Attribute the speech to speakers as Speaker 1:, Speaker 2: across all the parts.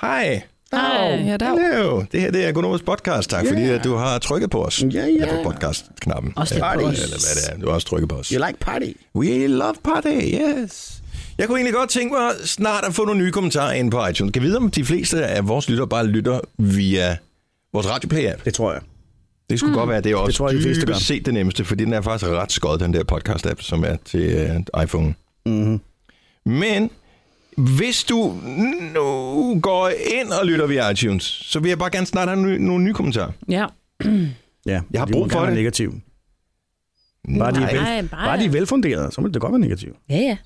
Speaker 1: Hej.
Speaker 2: Hej.
Speaker 3: Ja, der.
Speaker 1: Hello. Det her det er Økonomisk Podcast. Tak, yeah. fordi
Speaker 2: Yeah.
Speaker 1: at du har trykket på os.
Speaker 2: Ja, ja.
Speaker 1: Her på podcast-knappen.
Speaker 2: Også lidt
Speaker 1: Eller-
Speaker 2: på os.
Speaker 1: Eller hvad det er. Du har også trykket på os.
Speaker 2: You like party?
Speaker 1: We love party, yes. Jeg kunne egentlig godt tænke mig snart at få nogle nye kommentarer ind på iTunes. Kan vi vide, om de fleste af vores lyttere bare lytter via vores radioplay-app?
Speaker 2: Det tror jeg.
Speaker 1: Det skulle mm. godt være, det er også det
Speaker 2: tror jeg, de fleste gør.
Speaker 1: dybest set det nemmeste, fordi den er faktisk ret skød, den der podcast-app, som er til uh, iPhone. Mm-hmm. Men hvis du nu går ind og lytter via iTunes, så vil jeg bare gerne snart have ny- nogle nye kommentarer.
Speaker 3: Ja.
Speaker 2: Ja,
Speaker 1: Jeg har
Speaker 2: de
Speaker 1: brug
Speaker 2: må
Speaker 1: for
Speaker 2: gerne
Speaker 1: det.
Speaker 2: være negativ. Bare de, er vel,
Speaker 3: Nej, bare-
Speaker 2: bare de er velfunderede, så må det godt være negativ.
Speaker 3: Ja, ja.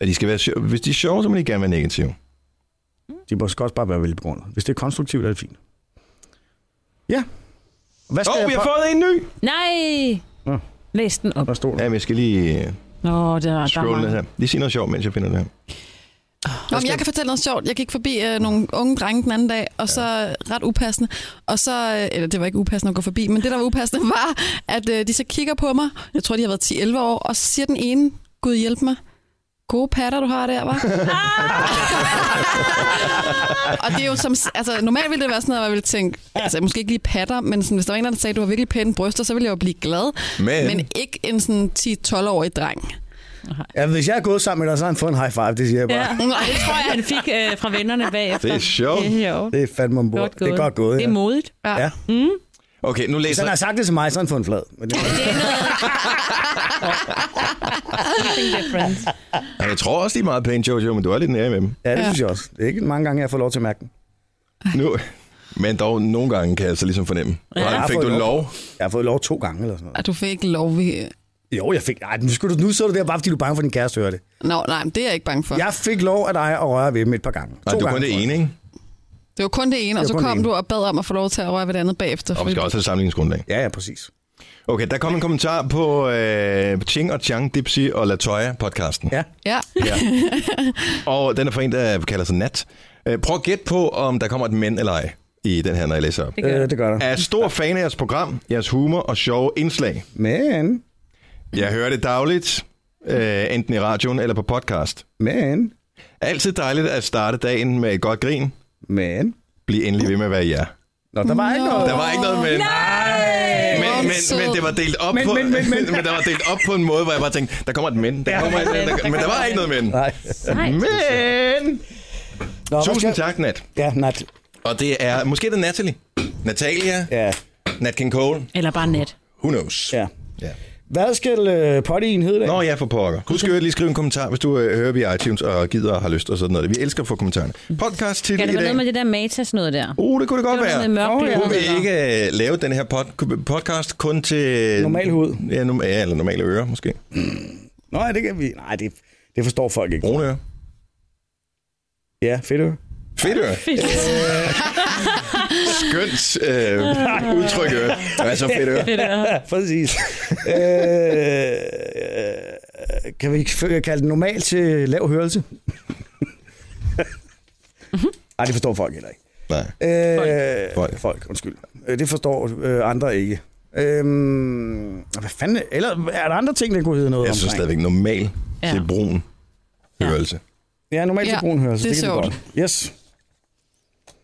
Speaker 1: At de skal være sjove. Hvis de er sjove, så må de gerne være negative.
Speaker 2: De må også godt bare være velbegrundet. Hvis det er konstruktivt, er det fint. Ja. Hvad
Speaker 1: Åh, oh, vi har fået en ny!
Speaker 3: Nej!
Speaker 2: Nå.
Speaker 3: Læs den op.
Speaker 2: Hvad stod der?
Speaker 1: Ja, men jeg skal lige øh,
Speaker 3: Nå, der, der er
Speaker 1: scrolle ned
Speaker 3: mange.
Speaker 1: her. Lige sige noget sjovt, mens jeg finder det her.
Speaker 3: Nå,
Speaker 4: Nå, men jeg kan fortælle noget sjovt. Jeg gik forbi øh, nogle unge drenge den anden dag, og så øh, ret upassende. Og så, øh, eller det var ikke upassende at gå forbi, men det, der var upassende, var, at øh, de så kigger på mig. Jeg tror, de har været 10-11 år, og så siger den ene, Gud hjælp mig. Gode patter, du har der, var. og det er jo som, altså normalt ville det være sådan noget, at jeg ville tænke, altså måske ikke lige patter, men sådan, hvis der var en, der sagde, du har virkelig pæne bryster, så ville jeg jo blive glad.
Speaker 1: Men-
Speaker 4: men ikke en sådan 10-12-årig dreng.
Speaker 2: Ja, hvis jeg er gået sammen med dig, så har han fået en high five, det siger jeg
Speaker 3: Ja,
Speaker 2: bare.
Speaker 3: det tror jeg, han fik øh, fra vennerne bagefter.
Speaker 1: Det er sjovt.
Speaker 3: Det er sjovt.
Speaker 2: Det er fandme ombord.
Speaker 3: Godt
Speaker 2: det er godt gået.
Speaker 3: Det er modigt.
Speaker 4: Ja.
Speaker 2: ja.
Speaker 1: Okay, nu
Speaker 2: Hvis
Speaker 1: læser
Speaker 2: han har
Speaker 1: jeg.
Speaker 2: sagt det til mig, så har han fået en flad. Men det,
Speaker 3: Det er noget... Something different.
Speaker 1: Jeg tror også, de er meget pæne, Jojo, men du er lidt nær med dem.
Speaker 2: ja, det
Speaker 4: Ja.
Speaker 2: synes jeg også. Det er ikke mange gange, jeg får lov til at mærke den.
Speaker 1: Nu. Men dog, nogle gange kan jeg så ligesom fornemme. Ja,
Speaker 2: Jeg
Speaker 1: fik
Speaker 2: har
Speaker 1: du
Speaker 2: fået
Speaker 1: lov?
Speaker 2: Jeg har fået lov to gange eller sådan noget.
Speaker 4: Ej, du fik ikke lov ved...
Speaker 2: Jo, jeg fik... Nej, nu, skulle du, nu sidder du der bare, fordi du er bange for, at din kæreste hører det.
Speaker 4: Nå, nej, men det er jeg ikke bange for. Ja.
Speaker 2: Jeg fik lov af dig at røre ved dem et par gange.
Speaker 1: Nej,
Speaker 2: to
Speaker 1: du er
Speaker 2: gange,
Speaker 1: kun
Speaker 2: tror
Speaker 1: det
Speaker 2: jeg.
Speaker 1: ene, ikke?
Speaker 4: Det var kun det ene, og
Speaker 2: Det
Speaker 4: så
Speaker 2: var kun det
Speaker 4: kom
Speaker 2: ene.
Speaker 4: du og bad om at få lov til at røre ved det andet bagefter.
Speaker 1: Og vi
Speaker 4: Fordi...
Speaker 1: skal også have sammenligningsgrundlag.
Speaker 2: Ja, ja, præcis.
Speaker 1: Okay, der kom en kommentar på øh, Ching og Chang, Dipsy og Latoya podcasten.
Speaker 2: Ja.
Speaker 4: Ja,
Speaker 1: ja. Og den er fra en, der kalder sig Nat. Øh, prøv at gætte på, om der kommer et mænd eller ej i den her, når jeg læser op.
Speaker 3: Det gør
Speaker 2: Øh,
Speaker 3: det.
Speaker 2: det gør der.
Speaker 1: Jeg er stor fan af jeres program, jeres humor og sjove indslag.
Speaker 2: Men,
Speaker 1: Jeg hører det dagligt, øh, enten i radioen eller på podcast.
Speaker 2: men,
Speaker 1: Altid dejligt at starte dagen med et godt grin.
Speaker 2: men.
Speaker 1: Bliv endelig ved med at være jer.
Speaker 2: Nå, der var ikke noget.
Speaker 1: Der var ikke noget med... Nej! Men,
Speaker 4: Hvor
Speaker 1: men,
Speaker 4: sød.
Speaker 1: men det var delt op
Speaker 2: Men-
Speaker 1: på,
Speaker 2: men- men- men-
Speaker 1: men der var delt op på en måde, hvor jeg bare tænkte, der kommer et men, der kommer et men, der, men der var ikke noget men.
Speaker 2: Nej.
Speaker 1: Men!
Speaker 2: Nå, hvad
Speaker 1: Tusind
Speaker 2: skal-
Speaker 1: tak, Nat.
Speaker 2: Ja, nat.
Speaker 1: Og det er, måske er det Natalie. Natalia,
Speaker 2: Ja,
Speaker 1: Nat King Cole,
Speaker 3: Eller bare net.
Speaker 1: who knows.
Speaker 2: ja.
Speaker 1: Ja.
Speaker 2: Hvad skal øh, pottyen hedde i dag?
Speaker 1: Nå, jeg er for pokker. Husk at lige skrive en kommentar, hvis du øh, hører via iTunes og gider og har lyst og sådan noget. Vi elsker at få kommentarerne. Podcast til i
Speaker 3: Kan det være
Speaker 1: dag.
Speaker 3: noget med det der matas noget der?
Speaker 1: Uh, det kunne det godt
Speaker 3: Det var
Speaker 1: være.
Speaker 3: noget med mørkløbet,
Speaker 1: Kunne vi
Speaker 3: eller?
Speaker 1: ikke øh, lave den her pod- podcast kun til...
Speaker 2: Normal hud.
Speaker 1: Ja, norm- ja, eller normale ører måske.
Speaker 2: Nå, ja, det kan vi... Nej, det, det forstår folk ikke.
Speaker 1: Brune ører.
Speaker 2: Ja, fedt. jo.
Speaker 1: Fedt øre. Skønt øh, udtryk øre. Hvad så fedt øre?
Speaker 2: Ja, præcis. øh, kan vi ikke f- kalde det normalt til lav hørelse?
Speaker 3: Mhm.
Speaker 2: Nej, det forstår folk heller ikke.
Speaker 1: Nej.
Speaker 2: Øh,
Speaker 1: Folk.
Speaker 2: folk. folk, undskyld. Øh, Det forstår øh, andre ikke. Øhm, hvad fanden, eller er der andre ting, der kunne hedde noget
Speaker 1: Jeg
Speaker 2: omkring?
Speaker 1: synes stadigvæk normal
Speaker 3: Ja.
Speaker 1: til brun hørelse.
Speaker 2: Ja, normalt til
Speaker 4: Ja,
Speaker 2: brun hørelse.
Speaker 4: det
Speaker 2: Det,
Speaker 4: er
Speaker 2: kan vi
Speaker 4: sjovt.
Speaker 2: godt. Yes,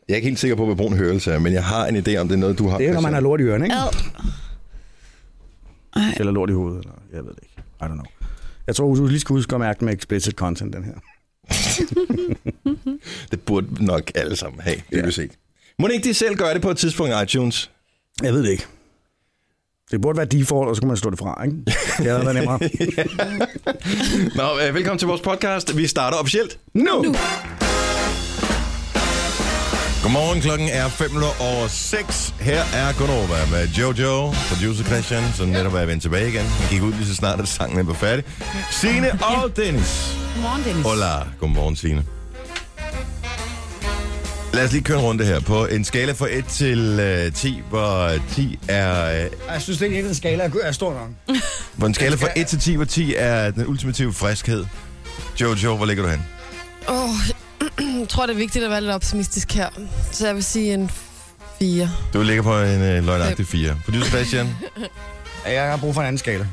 Speaker 1: Jeg er ikke helt sikker på, hvad brun hørelse er, men jeg har en idé om, det er noget, du har. Altså,
Speaker 2: det er jo, når man har lort i ørerne, ikke?
Speaker 4: ad.
Speaker 2: Eller lort i hovedet, eller jeg ved det ikke. I don't know. Jeg tror, du lige skal huske at mærke den med explicit content, den her.
Speaker 1: Det burde nok alle sammen have, det ja.
Speaker 2: Ja.
Speaker 1: set. Må ikke de selv gøre det på et tidspunkt i iTunes?
Speaker 2: Jeg ved det ikke. Det burde være default, og så kunne man slå det fra, ikke? Det havde været nemmere.
Speaker 1: Nå, øh, velkommen til vores podcast. Vi starter officielt nu. nu. Godmorgen, klokken er 5 over 6. Her er Gunova med Jojo, producer Christian, som netop er vendt tilbage igen. Han gik ud lige så snart, at sangen var færdig. Signe og Dennis.
Speaker 3: Godmorgen, Dennis.
Speaker 1: Hola. Godmorgen, Signe. Lad os lige køre en runde her. På en skala fra 1 til øh, 10, hvor 10 er... Øh,
Speaker 2: Jeg synes, det er en skala er stor nok.
Speaker 1: på en skala fra 1 til 10, hvor 10 er den ultimative friskhed. Jojo, hvor ligger du hen?
Speaker 5: Oh, jeg tror, det er vigtigt at være lidt optimistisk her. Så jeg vil sige en 4.
Speaker 1: Du ligger på en øh, løgnagtig 4. Producer Christian,
Speaker 6: Jeg har brug for en anden skala.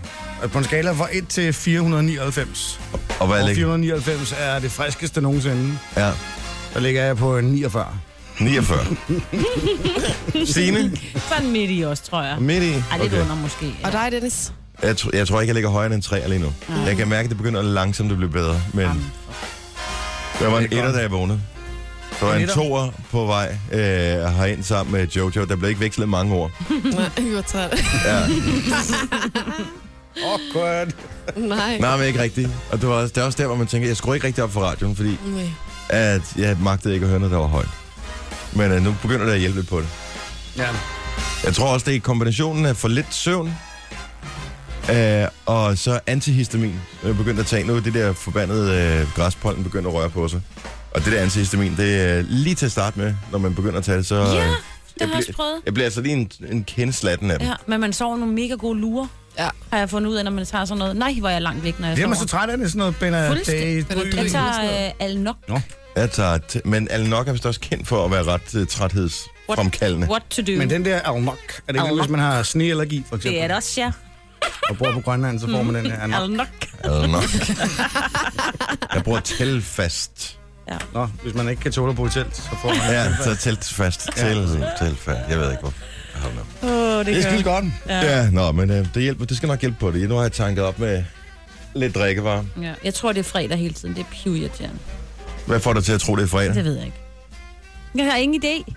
Speaker 6: På en skala fra 1 til 499.
Speaker 1: og hvad
Speaker 6: Og
Speaker 1: ligger
Speaker 6: 499 er det friskeste nogensinde.
Speaker 1: Ja.
Speaker 2: Der ligger jeg på en 49.
Speaker 1: 49. Signe?
Speaker 3: Sådan midt i os, tror jeg.
Speaker 1: Midt i?
Speaker 3: Ej, lidt okay. under måske.
Speaker 5: Og dig, Dennis?
Speaker 1: Jeg, tr- jeg tror ikke, jeg ligger højere end en 3 lige nu. Jeg kan mærke, at det begynder langsomt at blive bedre. Men
Speaker 3: Jamen,
Speaker 1: der var en
Speaker 2: Det er
Speaker 1: etter,
Speaker 2: godt.
Speaker 1: da jeg vågnede. Der var
Speaker 2: En
Speaker 1: en
Speaker 2: etter?
Speaker 1: toer på vej øh, herind sammen med Jojo. Der blev ikke vekslet mange ord.
Speaker 5: Nej, vi var træt.
Speaker 1: Ja.
Speaker 2: Awkward.
Speaker 5: Nej.
Speaker 1: Nej, men ikke rigtigt. Og det var også, det er også der, hvor man tænker, jeg skruer ikke rigtig op for radioen, fordi
Speaker 5: Nej.
Speaker 1: at jeg magtede ikke at høre noget, der var højt. Men øh, nu begynder det at hjælpe lidt på det.
Speaker 2: Ja.
Speaker 1: Jeg tror også, det er kombinationen af for lidt søvn, øh, og så antihistamin. Jeg er begyndt at tage nu, er det der forbandede øh, græspollen begynder at røre på sig. Og det der antihistamin, det er øh, lige til at starte med, når man begynder at tage det, så... øh,
Speaker 3: Ja, det har
Speaker 1: jeg,
Speaker 3: jeg også prøvet.
Speaker 1: jeg bliver altså lige en, en kendslatten af den.
Speaker 3: Ja, men man sover nogle mega gode lurer,
Speaker 5: Ja.
Speaker 3: har jeg fundet ud af, når man tager sådan noget. Nej, hvor er jeg langt væk, når jeg
Speaker 2: Det er man så
Speaker 3: sover.
Speaker 2: træt af, det er sådan noget Benaday.
Speaker 5: Fuldstændig. Benadryl.
Speaker 3: Jeg
Speaker 5: Eller sådan
Speaker 3: tager
Speaker 5: noget.
Speaker 3: øh, al nok.
Speaker 1: Jeg tager t- men Alnok er vist også kendt for at være ret øh, træthedsfremkaldende.
Speaker 3: What to do.
Speaker 2: Men den der Alnok, er det ikke
Speaker 3: Alnok.
Speaker 2: noget, hvis man har sneallergi, for eksempel?
Speaker 3: Det er det også, ja.
Speaker 2: Og bor på Grønland, så får man den her
Speaker 3: Al
Speaker 2: Alnok.
Speaker 3: nok.
Speaker 1: Alnok. Jeg bruger telfast.
Speaker 2: Nå, hvis man ikke kan tåle at bo i telt, så får man
Speaker 1: Ja, så teltfast. Tel, telfast. Jeg ved ikke, hvorfor. Hold op.
Speaker 3: Åh, det
Speaker 2: Det er
Speaker 3: gør
Speaker 2: skide godt.
Speaker 1: Ja, ja nå, men øh, det, hjælper, det skal nok hjælpe på det. Nu har jeg tanket op med lidt drikkevarer.
Speaker 3: Ja. Jeg tror, det er fredag hele tiden. Det er pivjatjern.
Speaker 1: Hvad får dig til at tro, det er fredag?
Speaker 3: Det ved jeg ikke. Jeg har ingen idé.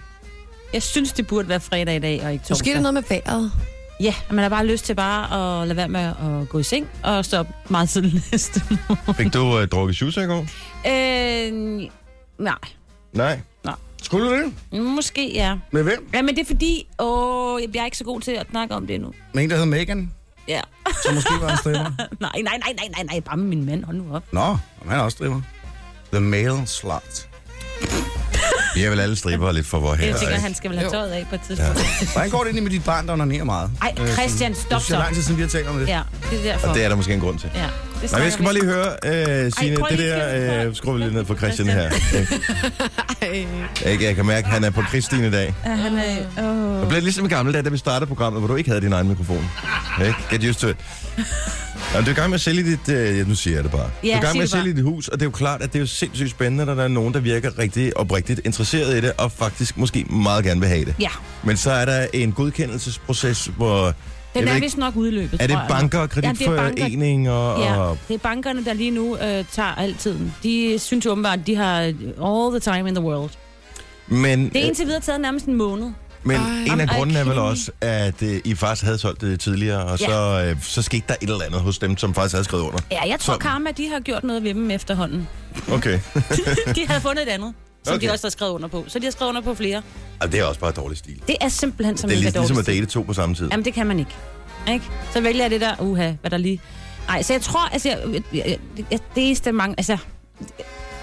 Speaker 3: Jeg synes, det burde være fredag i dag, og ikke torsdag.
Speaker 5: Måske er det noget med vejret.
Speaker 3: Ja, man har bare lyst til bare at lade være med at gå i seng og stå op meget tidligt næste morgen.
Speaker 1: Fik du øh, drukket shoes i går?
Speaker 3: Øh, nej.
Speaker 1: Nej.
Speaker 2: Skulle du det?
Speaker 3: Måske ja.
Speaker 2: Med hvem?
Speaker 3: Ja, men det er fordi, åh, jeg bliver ikke så god til at snakke om det nu.
Speaker 2: Med en, der hedder Megan,
Speaker 3: Ja.
Speaker 2: som måske var en stripper.
Speaker 3: nej, nej, nej, nej, nej, nej, bare med min mand. Hold nu op.
Speaker 2: Nå, men han er også stripper. The male slut.
Speaker 1: Vi er vel alle stripper lidt for vor
Speaker 3: Det er
Speaker 1: her.
Speaker 3: jeg tænker, han skal vel have tøjet af på et tidspunkt.
Speaker 2: Hvordan går det egentlig med dit barn, der onanerer meget?
Speaker 3: Ej, Christian, stop
Speaker 2: Det er
Speaker 3: så.
Speaker 2: lang tid siden, vi har talt om det.
Speaker 3: Ja, det er derfor.
Speaker 1: Og det er der måske en grund til.
Speaker 3: Ja, det
Speaker 1: Nej,
Speaker 3: snakker
Speaker 1: men jeg skal
Speaker 3: vi
Speaker 1: bare lige
Speaker 3: ikke
Speaker 1: høre, øh, Signe,
Speaker 3: prøv
Speaker 1: det
Speaker 3: lige at kigge
Speaker 1: der,
Speaker 3: på-
Speaker 1: øh, skruer vi lige ned for Christian her. Ikke, jeg kan mærke, at han er på Kristin i dag.
Speaker 3: om. Ja, Han er, åh.
Speaker 1: Det blev ligesom i gamle dage, da vi startede programmet, hvor du ikke havde din egen mikrofon. Ikke? Get used to it. Jamen, du er i gang med at sælge dit... Øh, ja, nu siger jeg det bare.
Speaker 3: Ja,
Speaker 1: du er i gang
Speaker 3: sig
Speaker 1: med at
Speaker 3: det bare.
Speaker 1: sælge dit hus, og det er jo klart, at det er jo sindssygt spændende, når der er nogen, der virker rigtig oprigtigt interesseret i det, og faktisk måske meget gerne vil have det.
Speaker 3: Ja,
Speaker 1: Men så er der en godkendelsesproces, hvor... jeg
Speaker 3: den
Speaker 1: ved
Speaker 3: er
Speaker 1: ikke,
Speaker 3: vist nok udløbet,
Speaker 1: er det
Speaker 3: tror jeg.
Speaker 1: banker og
Speaker 3: Ja, det er banker.
Speaker 1: kreditforeninger og...
Speaker 3: Ja,
Speaker 1: og
Speaker 3: det er bankerne, der lige nu øh, tager al tiden. De synes jo åbenbart, de har all the time in the world.
Speaker 1: men
Speaker 3: Det er indtil videre taget nærmest en måned.
Speaker 1: Men
Speaker 5: Ej.
Speaker 1: en af
Speaker 3: Ej,
Speaker 1: grunden er vel
Speaker 3: Kim.
Speaker 1: også, at øh, I faktisk havde solgt det tidligere, og
Speaker 3: Ja.
Speaker 1: så, øh, så skete der et eller andet hos dem, som faktisk havde skrevet under.
Speaker 3: Ja, jeg tror,
Speaker 1: Som-
Speaker 3: Karma, de har gjort noget ved dem efterhånden.
Speaker 1: Okay.
Speaker 3: De havde fundet et andet, som okay.
Speaker 1: Okay.
Speaker 3: de også har skrevet under på. Så de har skrevet under på flere.
Speaker 1: Og det er også bare dårlig stil.
Speaker 3: Det er simpelthen som
Speaker 1: det er
Speaker 3: mega
Speaker 1: lidt ligesom at
Speaker 3: dårligt.
Speaker 1: date to på samme tid.
Speaker 3: Jamen, det kan man ikke. ikke? Så vælger jeg det der, uha, hvad der lige... Nej, så jeg tror, altså, jeg, jeg, jeg, jeg, det eneste mange, altså,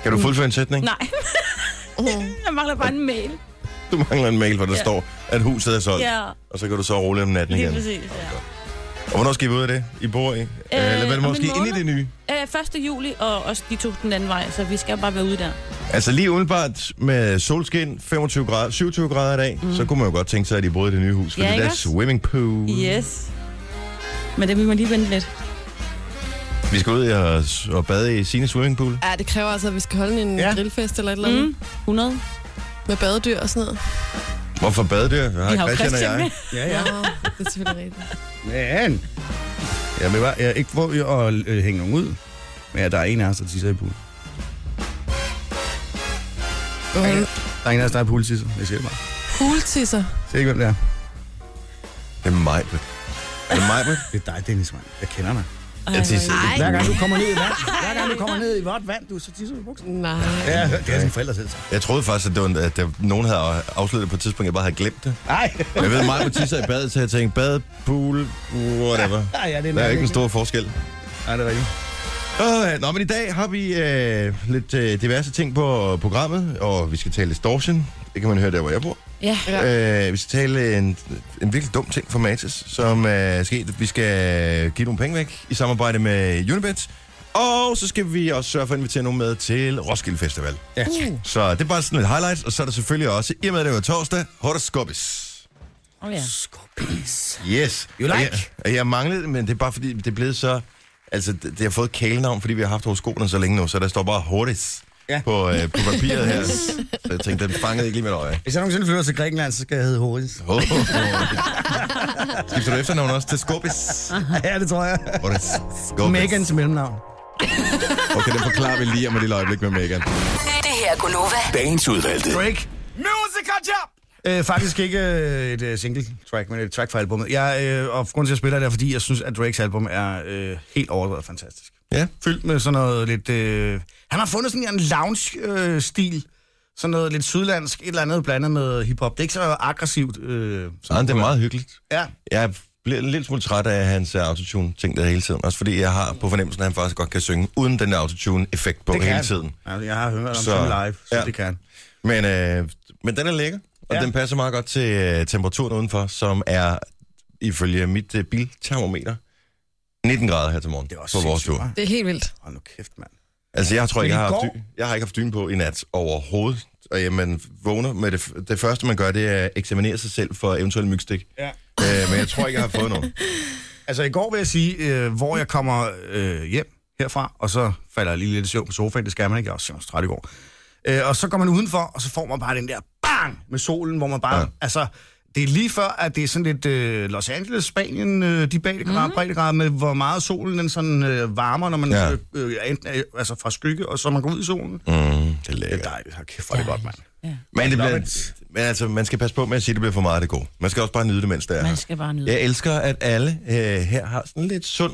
Speaker 1: kan du fuldføre en sætning?
Speaker 3: mm. nej, jeg mangler bare en mail.
Speaker 1: Du mangler en mail, hvor der
Speaker 3: Ja.
Speaker 1: står, at huset er solgt,
Speaker 3: Ja,
Speaker 1: og så kan du så roligt om natten
Speaker 3: lige
Speaker 1: igen.
Speaker 3: præcis, ja.
Speaker 1: Og hvornår skal I ud af det? I bor i? Øh, eller hvad er
Speaker 3: om
Speaker 1: det
Speaker 3: en
Speaker 1: måske ind i
Speaker 3: måned.
Speaker 1: det nye?
Speaker 3: Øh, 1. juli, og også de tog den anden vej, så vi skal bare være ude der.
Speaker 1: Altså lige umiddelbart med solskin, 25 grader, 27 grader i dag, mm. så kunne man jo godt tænke sig, at I boede i det nye hus, fordi
Speaker 3: Ja,
Speaker 1: ja,
Speaker 3: ikke
Speaker 1: der er
Speaker 3: også?
Speaker 1: swimming pool.
Speaker 3: Yes. Mm. Men det vil man lige vente lidt.
Speaker 1: Vi skal ud og, og bade i sine swimming pool.
Speaker 5: Ja, det kræver altså, at vi skal holde en
Speaker 2: Ja.
Speaker 5: ja. grillfest eller et eller andet.
Speaker 3: Mm.
Speaker 5: Mm.
Speaker 3: 100.
Speaker 5: Med badedyr og sådan noget.
Speaker 1: Hvorfor badedyr? Vi
Speaker 3: Vi har jo
Speaker 1: og
Speaker 3: Christian
Speaker 1: jeg.
Speaker 3: med.
Speaker 2: Ja,
Speaker 5: Ja.
Speaker 2: ja.
Speaker 5: Nå, det er selvfølgelig rigtigt.
Speaker 2: Men... Jeg vil bare, jeg er ikke for at øh, hænge nogen ud, men ja, der er en af os, der tisser i pool.
Speaker 5: Okay.
Speaker 2: Der er en af os, der er pooltisser. Jeg siger det bare.
Speaker 5: Hultisser.
Speaker 2: Jeg siger ikke, hvem det er.
Speaker 1: Det er mig, Britt. Er det mig, Britt?
Speaker 2: Det er dig, Dennis, mand. Jeg kender dig.
Speaker 1: Jeg tisser.
Speaker 2: Hver gang du kommer ned i vand, hver gang du kommer ned i vådt vand, du så tisser du i buksen.
Speaker 5: Nej.
Speaker 2: Ja, det er sådan forældre selv.
Speaker 1: Jeg troede faktisk, at, det var, en- at der, nogen havde afsluttet på et tidspunkt, jeg bare havde glemt det.
Speaker 2: Nej.
Speaker 1: Jeg ved, mig på tisser i badet, så jeg tænkte, bad, pool, whatever.
Speaker 2: Nej, ja, det
Speaker 1: Der er
Speaker 2: nok
Speaker 1: ikke en stor forskel.
Speaker 2: Nej, det er rigtigt.
Speaker 1: Øh, nå, men i dag har vi øh, lidt øh, diverse ting på programmet, og vi skal tale distortion. Det kan man høre der, hvor jeg bor.
Speaker 3: Ja.
Speaker 1: Ja. Øh, vi skal tale en, en virkelig dum ting for Matas, som øh, er sket. Vi skal give nogle penge væk i samarbejde med Unibet. Og så skal vi også sørge for at invitere nogen med til Roskilde Festival.
Speaker 2: Ja.
Speaker 1: Så det er bare sådan lidt highlights, og så er der selvfølgelig også, i og med at det var torsdag, horoskopis.
Speaker 3: Oh, ja.
Speaker 1: Yes.
Speaker 2: You like?
Speaker 1: Og Jeg, og jeg manglede det, men det er bare fordi, det er blevet så... Altså, det, det har fået kælenavn, fordi vi har haft hos skolen så længe nu, så der står bare hurtigt.
Speaker 2: Ja.
Speaker 1: ja. på, øh, på papiret her. Så jeg tænkte, den fangede ikke lige mit øje.
Speaker 2: Hvis jeg nogensinde flytter til Grækenland, så skal jeg hedde Horis.
Speaker 1: Oh, oh. Skifter du efternavn også til Skubis?
Speaker 2: ja, det tror jeg.
Speaker 1: Skubis.
Speaker 2: Megan til mellemnavn.
Speaker 1: Okay, den forklarer vi lige om et lille øjeblik med Megan.
Speaker 7: Det her er Gunova.
Speaker 8: Dagens udvalgte.
Speaker 2: Drake. Øh, faktisk ikke øh, et øh, single track, men et track fra albumet. Jeg, øh, og grunden til, at jeg spiller det, er, fordi jeg synes, at Drakes album er øh, helt overdrevet fantastisk.
Speaker 1: Ja.
Speaker 2: Fyldt med sådan noget lidt... Øh, han har fundet sådan en lounge-stil. Øh, stil. sådan noget lidt sydlandsk, et eller andet blandet med hiphop. Det er ikke så aggressivt. Øh,
Speaker 1: Så det er meget hyggeligt.
Speaker 2: ja.
Speaker 1: Jeg bliver en lille smule træt af hans øh, autotune-ting der hele tiden. Også fordi jeg har på fornemmelsen, at han faktisk godt kan synge uden den der autotune-effekt på
Speaker 2: Det kan
Speaker 1: hele
Speaker 2: han.
Speaker 1: tiden.
Speaker 2: Altså, jeg har hørt om
Speaker 1: Så-
Speaker 2: så, live, så
Speaker 1: ja.
Speaker 2: ja. det kan han.
Speaker 1: Men, øh, men den er lækker, og
Speaker 2: Ja.
Speaker 1: ja. den passer meget godt til øh, temperaturen udenfor, som er ifølge mit øh, biltermometer 19 grader her til morgen
Speaker 2: Det er også
Speaker 1: på vores
Speaker 2: sindssygt,
Speaker 1: tur.
Speaker 2: hva'?
Speaker 4: Det er helt vildt.
Speaker 2: Hold nu kæft, mand.
Speaker 1: Altså, jeg tror ikke,
Speaker 2: Men
Speaker 1: jeg
Speaker 2: i
Speaker 1: har, haft
Speaker 2: går-
Speaker 1: dy- jeg har ikke haft dyne på i nat overhovedet. Og ja, man vågner med det, f- det første, man gør, det er at eksaminere sig selv for eventuelle mygstik.
Speaker 2: Ja.
Speaker 1: Øh, men jeg tror ikke, jeg har fået nogen.
Speaker 2: Altså i går vil jeg sige, øh, hvor jeg kommer øh, hjem herfra, og så falder jeg lige lidt i søvn på sofaen, det skal man ikke, jeg var også træt i går. Øh, og så går man udenfor, og så får man bare den der bang med solen, hvor man bare, ja.
Speaker 1: Ja.
Speaker 2: altså det er lige før, at det er sådan lidt øh, Los Angeles, Spanien, øh, de breddegrader, mm. breddegrader med, hvor meget solen den sådan øh, varmer, når man ja.
Speaker 1: Ja.
Speaker 2: øh, øh, enten er, altså fra skygge, og så man går ud i solen. Ja.
Speaker 1: Mm, det er
Speaker 2: Det er
Speaker 1: lækkert.
Speaker 2: dejligt, Hold kæft, hvor er det godt, mand.
Speaker 1: Men, det
Speaker 2: Love
Speaker 1: bliver,
Speaker 2: it.
Speaker 1: men altså, man skal passe på med at sige, at det bliver for meget af det gode. Man skal også bare nyde det, mens det er
Speaker 3: Man
Speaker 1: her.
Speaker 3: skal bare nyde.
Speaker 1: Jeg elsker, at alle øh, her har sådan lidt sund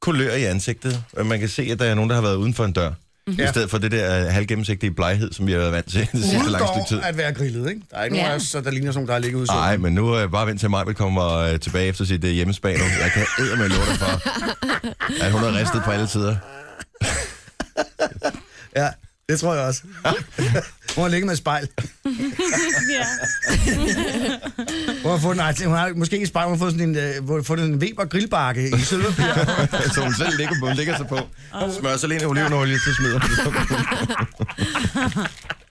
Speaker 1: kulør i ansigtet. Og man kan se, at der er nogen, der har været uden for en dør. Mm-hmm. I
Speaker 2: Ja.
Speaker 1: stedet for det der øh, halvgennemsigtige bleghed, som vi har været vant til det sidste lange stykke tid.
Speaker 2: Udgår at være grillet, ikke? Der er ikke ja. nogen
Speaker 3: Ja.
Speaker 2: af os, der ligner sådan, nogen, der har ligget ude i solen.
Speaker 1: Nej, men nu er øh, bare vent til mig, vil komme øh, tilbage efter sit øh, hjemmesbag. nu. Jeg kan eddermame love dig for, at hun har ristet på alle sider.
Speaker 2: Ja, det tror jeg også. Hun har ligget med et spejl.
Speaker 3: Ja.
Speaker 2: Hun har, fået, nej, altså, hun har måske ikke et spejl, hun har fået sådan en, øh, hun har fundet en Weber grillbakke i sølvpapir.
Speaker 1: Så hun selv ligger, på, hun ligger sig på. Smører sig alene olivenolie, så smider hun det på.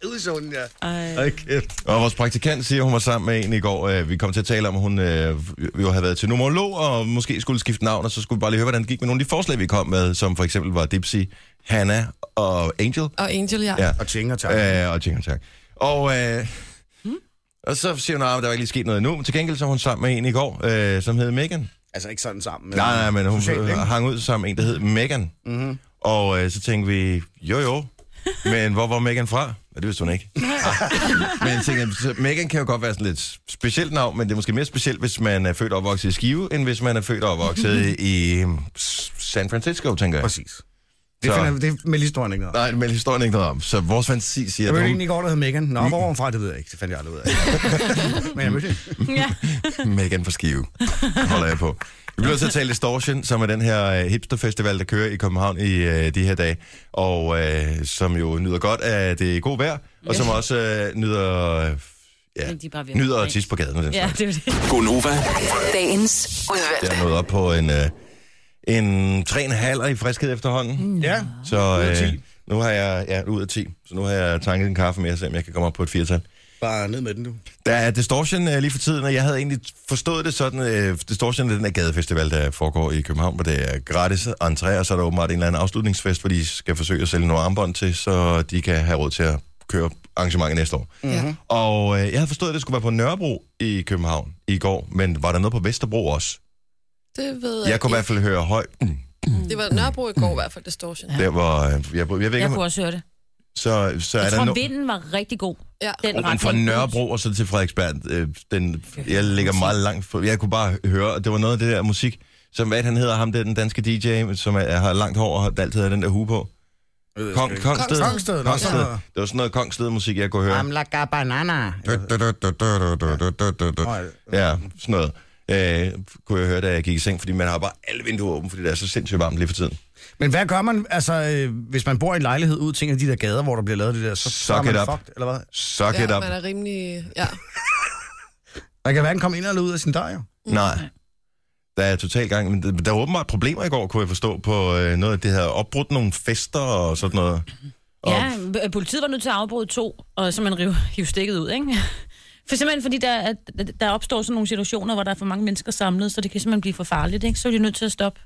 Speaker 2: Ude i solen, ja.
Speaker 3: Ej.
Speaker 2: Ej, kæft.
Speaker 1: Og vores praktikant siger, at hun var sammen med en i går. Øh, Vi kom til at tale om, at hun øh, jo havde været til numerolog, og måske skulle skifte navn, og så skulle vi bare lige høre, hvordan det gik med nogle af de forslag, vi kom med, som for eksempel var Dipsy, Hannah og Angel.
Speaker 5: Og Angel, ja.
Speaker 1: Ja.
Speaker 2: Og ting og tak.
Speaker 1: Øh, og ting tak. Og, øh, og så siger hun, at der var ikke lige sket noget endnu. Men til gengæld så var hun sammen med en i går, øh, som hed Megan.
Speaker 2: Altså ikke sådan sammen.
Speaker 1: Nej, nej, men hun
Speaker 2: Socialt, ikke?
Speaker 1: hang ud sammen med en, der hed Megan. Mm-hmm. Og øh, så tænkte vi, jo jo, men hvor var Megan fra? Ja, det vidste hun ikke. Ah. men jeg tænkte, så Megan kan jo godt være sådan lidt specielt navn, men det er måske mere specielt, hvis man er født og opvokset i Skive, end hvis man er født og opvokset i mm, S- San Francisco, tænker jeg.
Speaker 2: Præcis. Det,
Speaker 1: Så-
Speaker 2: finder, det melder historien ikke noget. om.
Speaker 1: Nej, men historien er ikke noget om. Så vores fantasi siger,
Speaker 2: Jeg
Speaker 1: at
Speaker 2: mødte
Speaker 1: hun,
Speaker 2: en i går, der hed Megan. Nå,
Speaker 1: Mm.
Speaker 2: hvor var hun fra? Det ved jeg ikke. Det fandt jeg aldrig ud af. Men jeg mødte hende.
Speaker 3: ja.
Speaker 1: Megan fra Skive. Holder jeg på. Vi bliver nødt til at tale Distortion, som er den her øh, hipsterfestival, der kører i København i øh, de her dage, og øh, som jo nyder godt af det gode vejr, og som også øh, nyder, øh, ja,
Speaker 3: Men de er bare ved at
Speaker 1: nyder
Speaker 3: være
Speaker 1: at tisse på gaden. og Den
Speaker 3: Ja,
Speaker 1: ja.
Speaker 3: det er det.
Speaker 8: Gonova.
Speaker 7: Dagens udvalgte.
Speaker 1: Jeg er nået op på en, øh, en 3,5 i friskhed efterhånden,
Speaker 3: Mm.
Speaker 2: Ja.
Speaker 1: så
Speaker 2: af
Speaker 1: øh,
Speaker 2: 10.
Speaker 1: nu har jeg, ja, ud af 10, så nu har jeg tanket en kaffe mere, selvom jeg kan komme op på et firtal.
Speaker 2: Bare ned med den, du.
Speaker 1: Der er Distortion øh, lige for tiden, og jeg havde egentlig forstået det sådan. Øh, Distortion er den her gadefestival, der foregår i København, hvor det er gratis entré, og så er der åbenbart en eller anden afslutningsfest, hvor de skal forsøge at sælge nogle armbånd til, så de kan have råd til at køre arrangementet næste år.
Speaker 2: Mhm.
Speaker 1: Mm-hmm. Og øh, jeg havde forstået, at det skulle være på Nørrebro i København i går, men var der noget på Vesterbro også?
Speaker 5: Det ved
Speaker 1: Jeg kunne i hvert fald høre høj,
Speaker 5: Det var Nørrebro i går i hvert fald, Distortion.
Speaker 1: der hvor... øh, Jeg, jeg, jeg ved ikke,
Speaker 3: Jeg
Speaker 1: om,
Speaker 3: kunne også høre det.
Speaker 1: så, så er
Speaker 3: Jeg
Speaker 1: der
Speaker 3: tror,
Speaker 1: no-
Speaker 3: vinden var rigtig god.
Speaker 5: Ja.
Speaker 3: Den
Speaker 1: Men fra
Speaker 3: retning.
Speaker 1: Nørrebro og så til Frederiksberg, øh, den, jeg ligger meget langt. For, jeg kunne bare høre, og det var noget af det der musik, som hvad er det, han hedder, ham der, den danske DJ, som er, har langt hår og har altid har den der hue på. Kong, Kongsted.
Speaker 2: Kongsted, nå,
Speaker 1: Kongsted.
Speaker 2: sådan
Speaker 1: Det
Speaker 2: noget.
Speaker 1: var sådan noget Kongsted-musik, jeg kunne høre.
Speaker 2: like a banana.
Speaker 1: Ja, sådan noget. Øh, kunne jeg høre, da jeg gik i seng, fordi man har bare alle vinduer åbne, fordi det er så sindssygt varmt lige for tiden.
Speaker 2: Men hvad gør man, altså, øh, hvis man bor i en lejlighed ud til en af de der gader, hvor der bliver lavet det der, så, så
Speaker 1: Suck
Speaker 2: er man
Speaker 1: it up.
Speaker 2: fucked, eller hvad?
Speaker 1: Suck it
Speaker 5: Ja,
Speaker 1: up.
Speaker 5: man er rimelig... Ja.
Speaker 2: Man kan hverken komme ind eller ud af sin dør, jo.
Speaker 5: Mm.
Speaker 1: Nej. Der er totalt gang. Men der- der var åbenbart problemer i går, kunne jeg forstå, på øh, noget af det her opbrudt nogle fester og sådan noget. Og,
Speaker 3: Ja, øh, politiet var nødt til at afbryde to, og så man rive, hive stikket ud, ikke? For simpelthen fordi der, er- der opstår sådan nogle situationer, hvor der er for mange mennesker samlet, så det kan simpelthen blive for farligt, ikke? Så er de nødt til at stoppe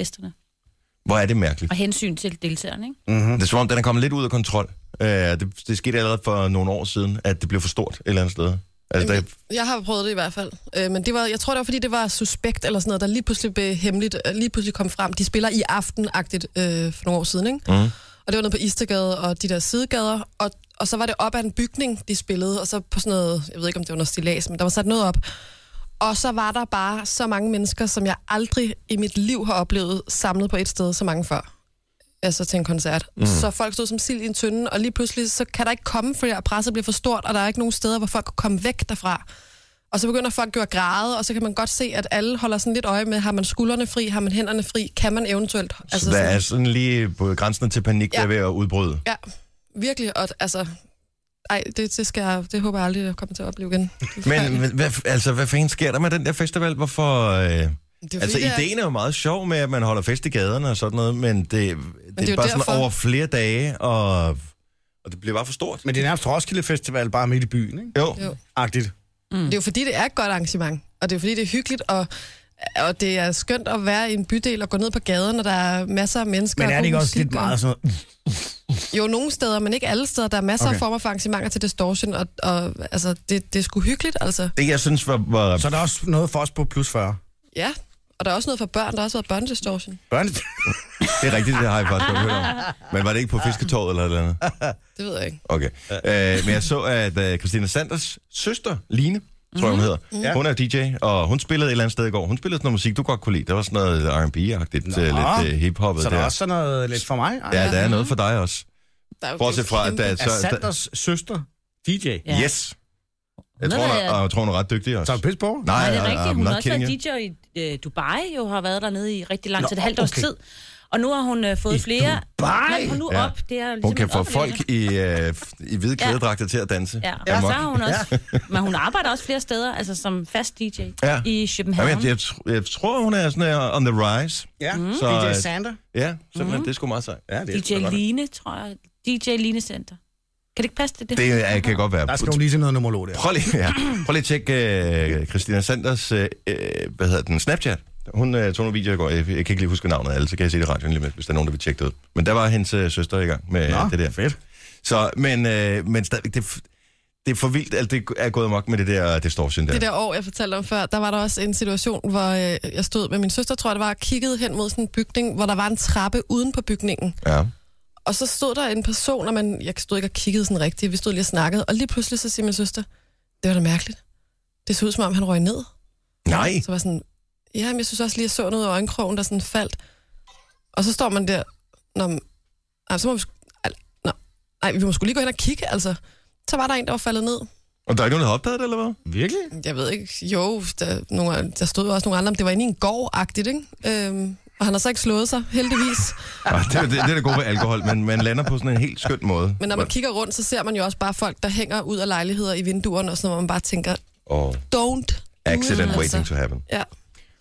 Speaker 3: festerne.
Speaker 1: Hvor er det mærkeligt.
Speaker 3: Og hensyn til deltagerne, ikke?
Speaker 1: Mm-hmm. Det er som om, den er kommet lidt ud af kontrol. Øh, det, det skete allerede for nogle år siden, at det blev for stort et eller andet sted. Altså, der,
Speaker 5: Jamen, jeg har prøvet det i hvert fald. Øh, men det var, jeg tror, det var, fordi det var suspekt eller sådan noget, der lige pludselig blev hemmeligt, øh, lige pludselig kom frem. De spiller i aften-agtigt øh, for nogle år siden, ikke? Mm. Og det var nede på Istergade og de der sidegader. Og, og så var det op ad en bygning, de spillede, og så på sådan noget, jeg ved ikke, om det var noget stilas, men der var sat noget op. Og så var der bare så mange mennesker, som jeg aldrig i mit liv har oplevet samlet på et sted så mange før. Altså til en koncert. Mm. Så folk stod som sild i en tynde, og lige pludselig så kan der ikke komme flere, presset bliver for stort, og der er ikke nogen steder, hvor folk kan komme væk derfra. Og så begynder folk jo at græde, og så kan man godt se, at alle holder sådan lidt øje med, har man skuldrene fri, har man hænderne fri, kan man eventuelt...
Speaker 1: altså, der er sådan lige på grænsen til panik, ja. der er
Speaker 5: Ja.
Speaker 1: ved at udbryde.
Speaker 5: Ja, virkelig. Og, altså, ej, det, det, skal jeg, det håber jeg aldrig, at jeg kommer til at opleve igen. Det er
Speaker 1: Men
Speaker 5: forfærdeligt.
Speaker 1: men hvad, altså, hvad fanden sker der med den der festival? Hvorfor... Øh,
Speaker 5: det er
Speaker 1: altså,
Speaker 5: fordi,
Speaker 1: ideen er jo meget sjov med, at man holder fest i gaderne og sådan noget, men det, det,
Speaker 5: det er
Speaker 1: er
Speaker 5: jo
Speaker 1: bare derfor. sådan
Speaker 5: derfor.
Speaker 1: over flere dage, og, og det bliver bare for stort.
Speaker 2: Men det er nærmest Roskilde Festival, bare midt i byen, ikke?
Speaker 1: Jo,
Speaker 5: Jo.
Speaker 1: jo.
Speaker 2: Agtigt.
Speaker 5: Mm. Det er jo fordi, det er et godt arrangement, og det er fordi, det er hyggeligt, og, og det er skønt at være i en bydel og gå ned på gaden, og der er masser af mennesker.
Speaker 2: Men
Speaker 5: og
Speaker 2: er det
Speaker 5: god
Speaker 2: ikke også
Speaker 5: musik,
Speaker 2: lidt meget sådan noget?
Speaker 5: Og, jo, nogle steder, men ikke alle steder. Der er masser okay.
Speaker 2: Okay.
Speaker 5: af former for arrangementer til distortion, og, og altså, det, det er sgu hyggeligt, altså.
Speaker 1: det jeg synes var... var
Speaker 2: Så er der også noget for os på plus 40.
Speaker 5: Ja, og der er også noget for børn, der har også været børnedistortion.
Speaker 2: Børne...
Speaker 1: det er rigtigt, det har jeg faktisk godt hørt om. Men var det ikke på fisketorvet eller et eller andet?
Speaker 5: Det ved jeg ikke.
Speaker 1: Okay. Øh, men jeg så, at øh, Christina Sanders søster, Line, tror
Speaker 3: Mhm.
Speaker 1: jeg, hun hedder. Mm. Hun er DJ, og hun spillede et eller andet sted i går. Hun spillede sådan noget musik, du godt kunne lide. Der var sådan noget R&B-agtigt, øh, lidt øh, hip-hoppet
Speaker 2: Så er
Speaker 1: der.
Speaker 2: der også sådan noget lidt for mig?
Speaker 1: Ja, der er
Speaker 3: Mhm.
Speaker 1: noget for dig også.
Speaker 5: Der er jo
Speaker 1: Bortset fra, at der er...
Speaker 5: kæmpe-
Speaker 2: Er
Speaker 1: Så, der,
Speaker 2: Sanders søster DJ?
Speaker 3: Ja.
Speaker 1: yes. Jeg
Speaker 3: Hun
Speaker 1: tror,
Speaker 3: er
Speaker 1: hun
Speaker 3: da-
Speaker 1: er, og jeg tror, hun er ret dygtig også.
Speaker 2: Så er du pis på?
Speaker 1: Nej,
Speaker 3: Nej, det er
Speaker 1: I'm
Speaker 3: rigtigt. Hun
Speaker 1: not
Speaker 3: har også
Speaker 1: kidding
Speaker 3: været
Speaker 1: you.
Speaker 3: DJ i øh, Dubai, jo har været dernede i rigtig lang
Speaker 2: Nå,
Speaker 3: tid, et halvt års
Speaker 2: okay.
Speaker 3: tid. Og nu har hun øh, fået
Speaker 2: I
Speaker 3: flere...
Speaker 2: Dubai?
Speaker 3: Nej, hold nu
Speaker 1: Ja.
Speaker 3: op. Det er ligesom jo
Speaker 1: Hun kan
Speaker 3: simpelthen
Speaker 1: få
Speaker 3: oplevelser.
Speaker 1: folk i, øh, i hvide klædedragter til at danse.
Speaker 3: Ja,
Speaker 1: Amok.
Speaker 3: og så har hun også... Men hun arbejder også flere steder, altså som fast DJ
Speaker 1: Ja.
Speaker 3: i København.
Speaker 1: Jamen, jeg, jeg, tr- jeg tror, hun er sådan her on the rise.
Speaker 2: Ja,
Speaker 1: Så, øh,
Speaker 2: DJ Sander.
Speaker 1: Ja, simpelthen, mm. det er sgu meget sejt.
Speaker 2: Ja, det
Speaker 3: DJ Line, tror jeg. DJ Line Center. Kan det ikke passe det? Det,
Speaker 1: Det er, kan godt være.
Speaker 2: Der skal hun lige til noget nummer der.
Speaker 1: Prøv lige, ja. Prøv lige at tjekke øh, Christina Sanders, øh, øh, hvad hedder den, Snapchat. Hun øh, tog nogle videoer i går, jeg, jeg kan ikke lige huske navnet af alle, så kan jeg se det i radioen lige med, hvis der er nogen, der vil tjekke det ud. Men der var hendes øh, søster i gang med Nå, det der.
Speaker 2: fedt.
Speaker 1: Så, men, øh, men stadigvæk, det, er f- det er for vildt, alt det er gået amok med det der distortion der.
Speaker 5: Det der år, jeg fortalte om før, der var der også en situation, hvor øh, jeg stod med min søster, tror jeg det var, og kiggede hen mod sådan en bygning, hvor der var en trappe uden på bygningen.
Speaker 1: Ja.
Speaker 5: Og så stod der en person, og man, jeg stod ikke og kiggede sådan rigtigt, vi stod lige og snakkede, og lige pludselig så siger min søster, det var da mærkeligt. Det så ud som om, han røg ned.
Speaker 1: Nej,
Speaker 5: Så var jeg sådan, ja, men jeg synes også lige, jeg så noget i øjenkrogen, der sådan faldt. Og så står man der, Nå, men, ej, så må vi, sgu- al- nå, nej, vi må skulle lige gå hen og kigge, altså. Så var der en, der var faldet ned.
Speaker 1: og der er ikke nogen, der har opdaget det, eller hvad?
Speaker 2: Virkelig?
Speaker 5: Jeg ved ikke, jo, der, nogle, der stod jo også nogle andre, men det var inde i en gård-agtigt, ikke? Øhm, og han har så ikke slået sig, heldigvis.
Speaker 1: Ah, det, er- det, det er det gode ved alkohol, men man lander på sådan en helt skøn måde.
Speaker 5: Men når man kigger rundt, så ser man jo også bare folk, der hænger ud af lejligheder i vinduerne, og sådan noget, hvor man bare tænker,
Speaker 1: Og
Speaker 5: don't do it, altså.
Speaker 1: accident waiting to happen.
Speaker 5: Ja.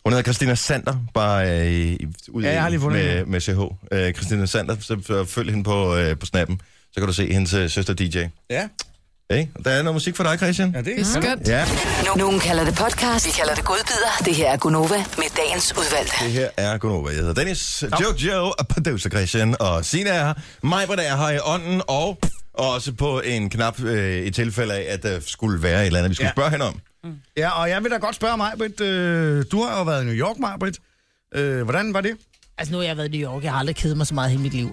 Speaker 1: Hun hedder Christina Sander, bare øh, i- ud
Speaker 2: Ja, jeg har lige fundet
Speaker 1: med,
Speaker 2: hende.
Speaker 1: med CH. Øh, Christina Sander, så, så følg hende på, øh, på snappen, så kan du se hendes øh, søster DJ.
Speaker 2: Ja.
Speaker 1: Ikke? Og Der er noget musik for dig, Christian.
Speaker 2: Ja, det
Speaker 5: Det er skønt.
Speaker 1: Ja,
Speaker 7: No- Nogen kalder det podcast, vi kalder det godbider. Det her er Gunova med dagens udvalgte.
Speaker 1: det her er Gunova. Jeg hedder Dennis, Jojo, og producer Christian, og Sina er her. Mig, hvor der er her i ånden, og også på en knap øh, i tilfælde af, at der skulle være et eller andet, vi skulle ja.
Speaker 2: Ja.
Speaker 1: spørge hende om.
Speaker 2: Ja, og jeg vil da godt spørge mig, Britt. Øh, du har jo været i New York, mig, Britt. Øh, hvordan var det?
Speaker 8: Altså, nu har jeg været i New York. Jeg har aldrig kedet mig så meget i hele mit liv.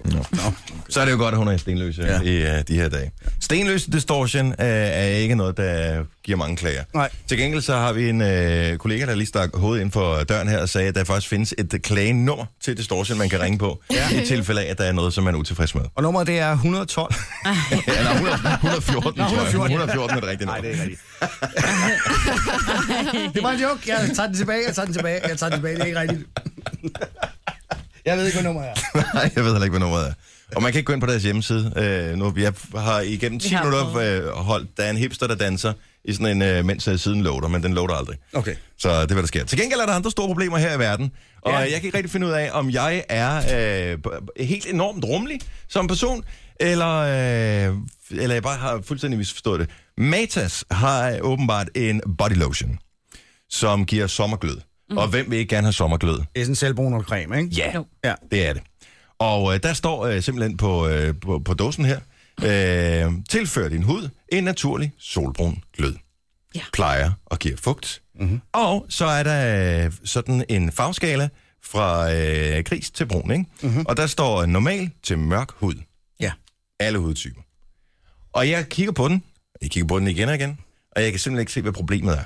Speaker 1: Så er det jo godt, at hun er i Stenløse ja.
Speaker 2: Ja.
Speaker 1: i uh, de her dage. Stenløse Distortion uh, er ikke noget, der giver mange klager.
Speaker 2: Nej.
Speaker 1: Til gengæld så har vi en uh, kollega, der lige stak hovedet ind for døren her og sagde, at der faktisk findes et øh, klagenummer til Distortion, man kan ringe på, ja. i tilfælde af, at der er noget, som man er utilfreds med.
Speaker 2: Og nummeret, det er 112.
Speaker 1: Ja, nej, 100, 114, tror jeg.
Speaker 2: 114.
Speaker 1: 114 er det rigtige nummer.
Speaker 2: rigtigt. det var en joke. Jeg tager den tilbage, jeg tager den tilbage, jeg tager den tilbage. Det er ikke rigtigt. jeg ved ikke, hvad nummer er.
Speaker 1: Nej, jeg ved heller ikke, hvad nummeret er. Og man kan ikke gå ind på deres hjemmeside. Øh, nu, jeg har igennem 10
Speaker 3: har
Speaker 1: minutter øh, holdt, der er en hipster, der danser, i sådan en, øh, mens øh, siden loader, men den loader aldrig.
Speaker 2: Okay.
Speaker 1: Så det er, hvad der sker. Til gengæld er der andre store problemer her i verden, og ja.
Speaker 2: Ja.
Speaker 1: jeg kan ikke rigtig finde ud af, om jeg er øh, b- b- helt enormt rummelig som person, eller, øh, eller jeg bare har fuldstændig misforstået det. Matas har øh, åbenbart en body lotion, som giver sommerglød. Mm. Og hvem vil ikke gerne have sommerglød?
Speaker 2: Det er sådan en selvbrun og creme, ikke?
Speaker 1: Ja,
Speaker 3: Jo.
Speaker 2: Ja.
Speaker 1: det er det. Og øh, der står øh, simpelthen på, øh, på, på dåsen her, Øh, tilfør din hud en naturlig solbrun glød.
Speaker 3: Ja.
Speaker 1: Plejer og giver fugt. Mm-hmm. Og så er der øh, sådan en farveskala fra øh, gris til brun, ikke? Mm-hmm. Og der står øh, normal til mørk hud.
Speaker 2: Ja.
Speaker 1: Alle hudtyper. Og jeg kigger på den, og jeg kigger på den igen og igen, og jeg kan simpelthen ikke se, hvad problemet er.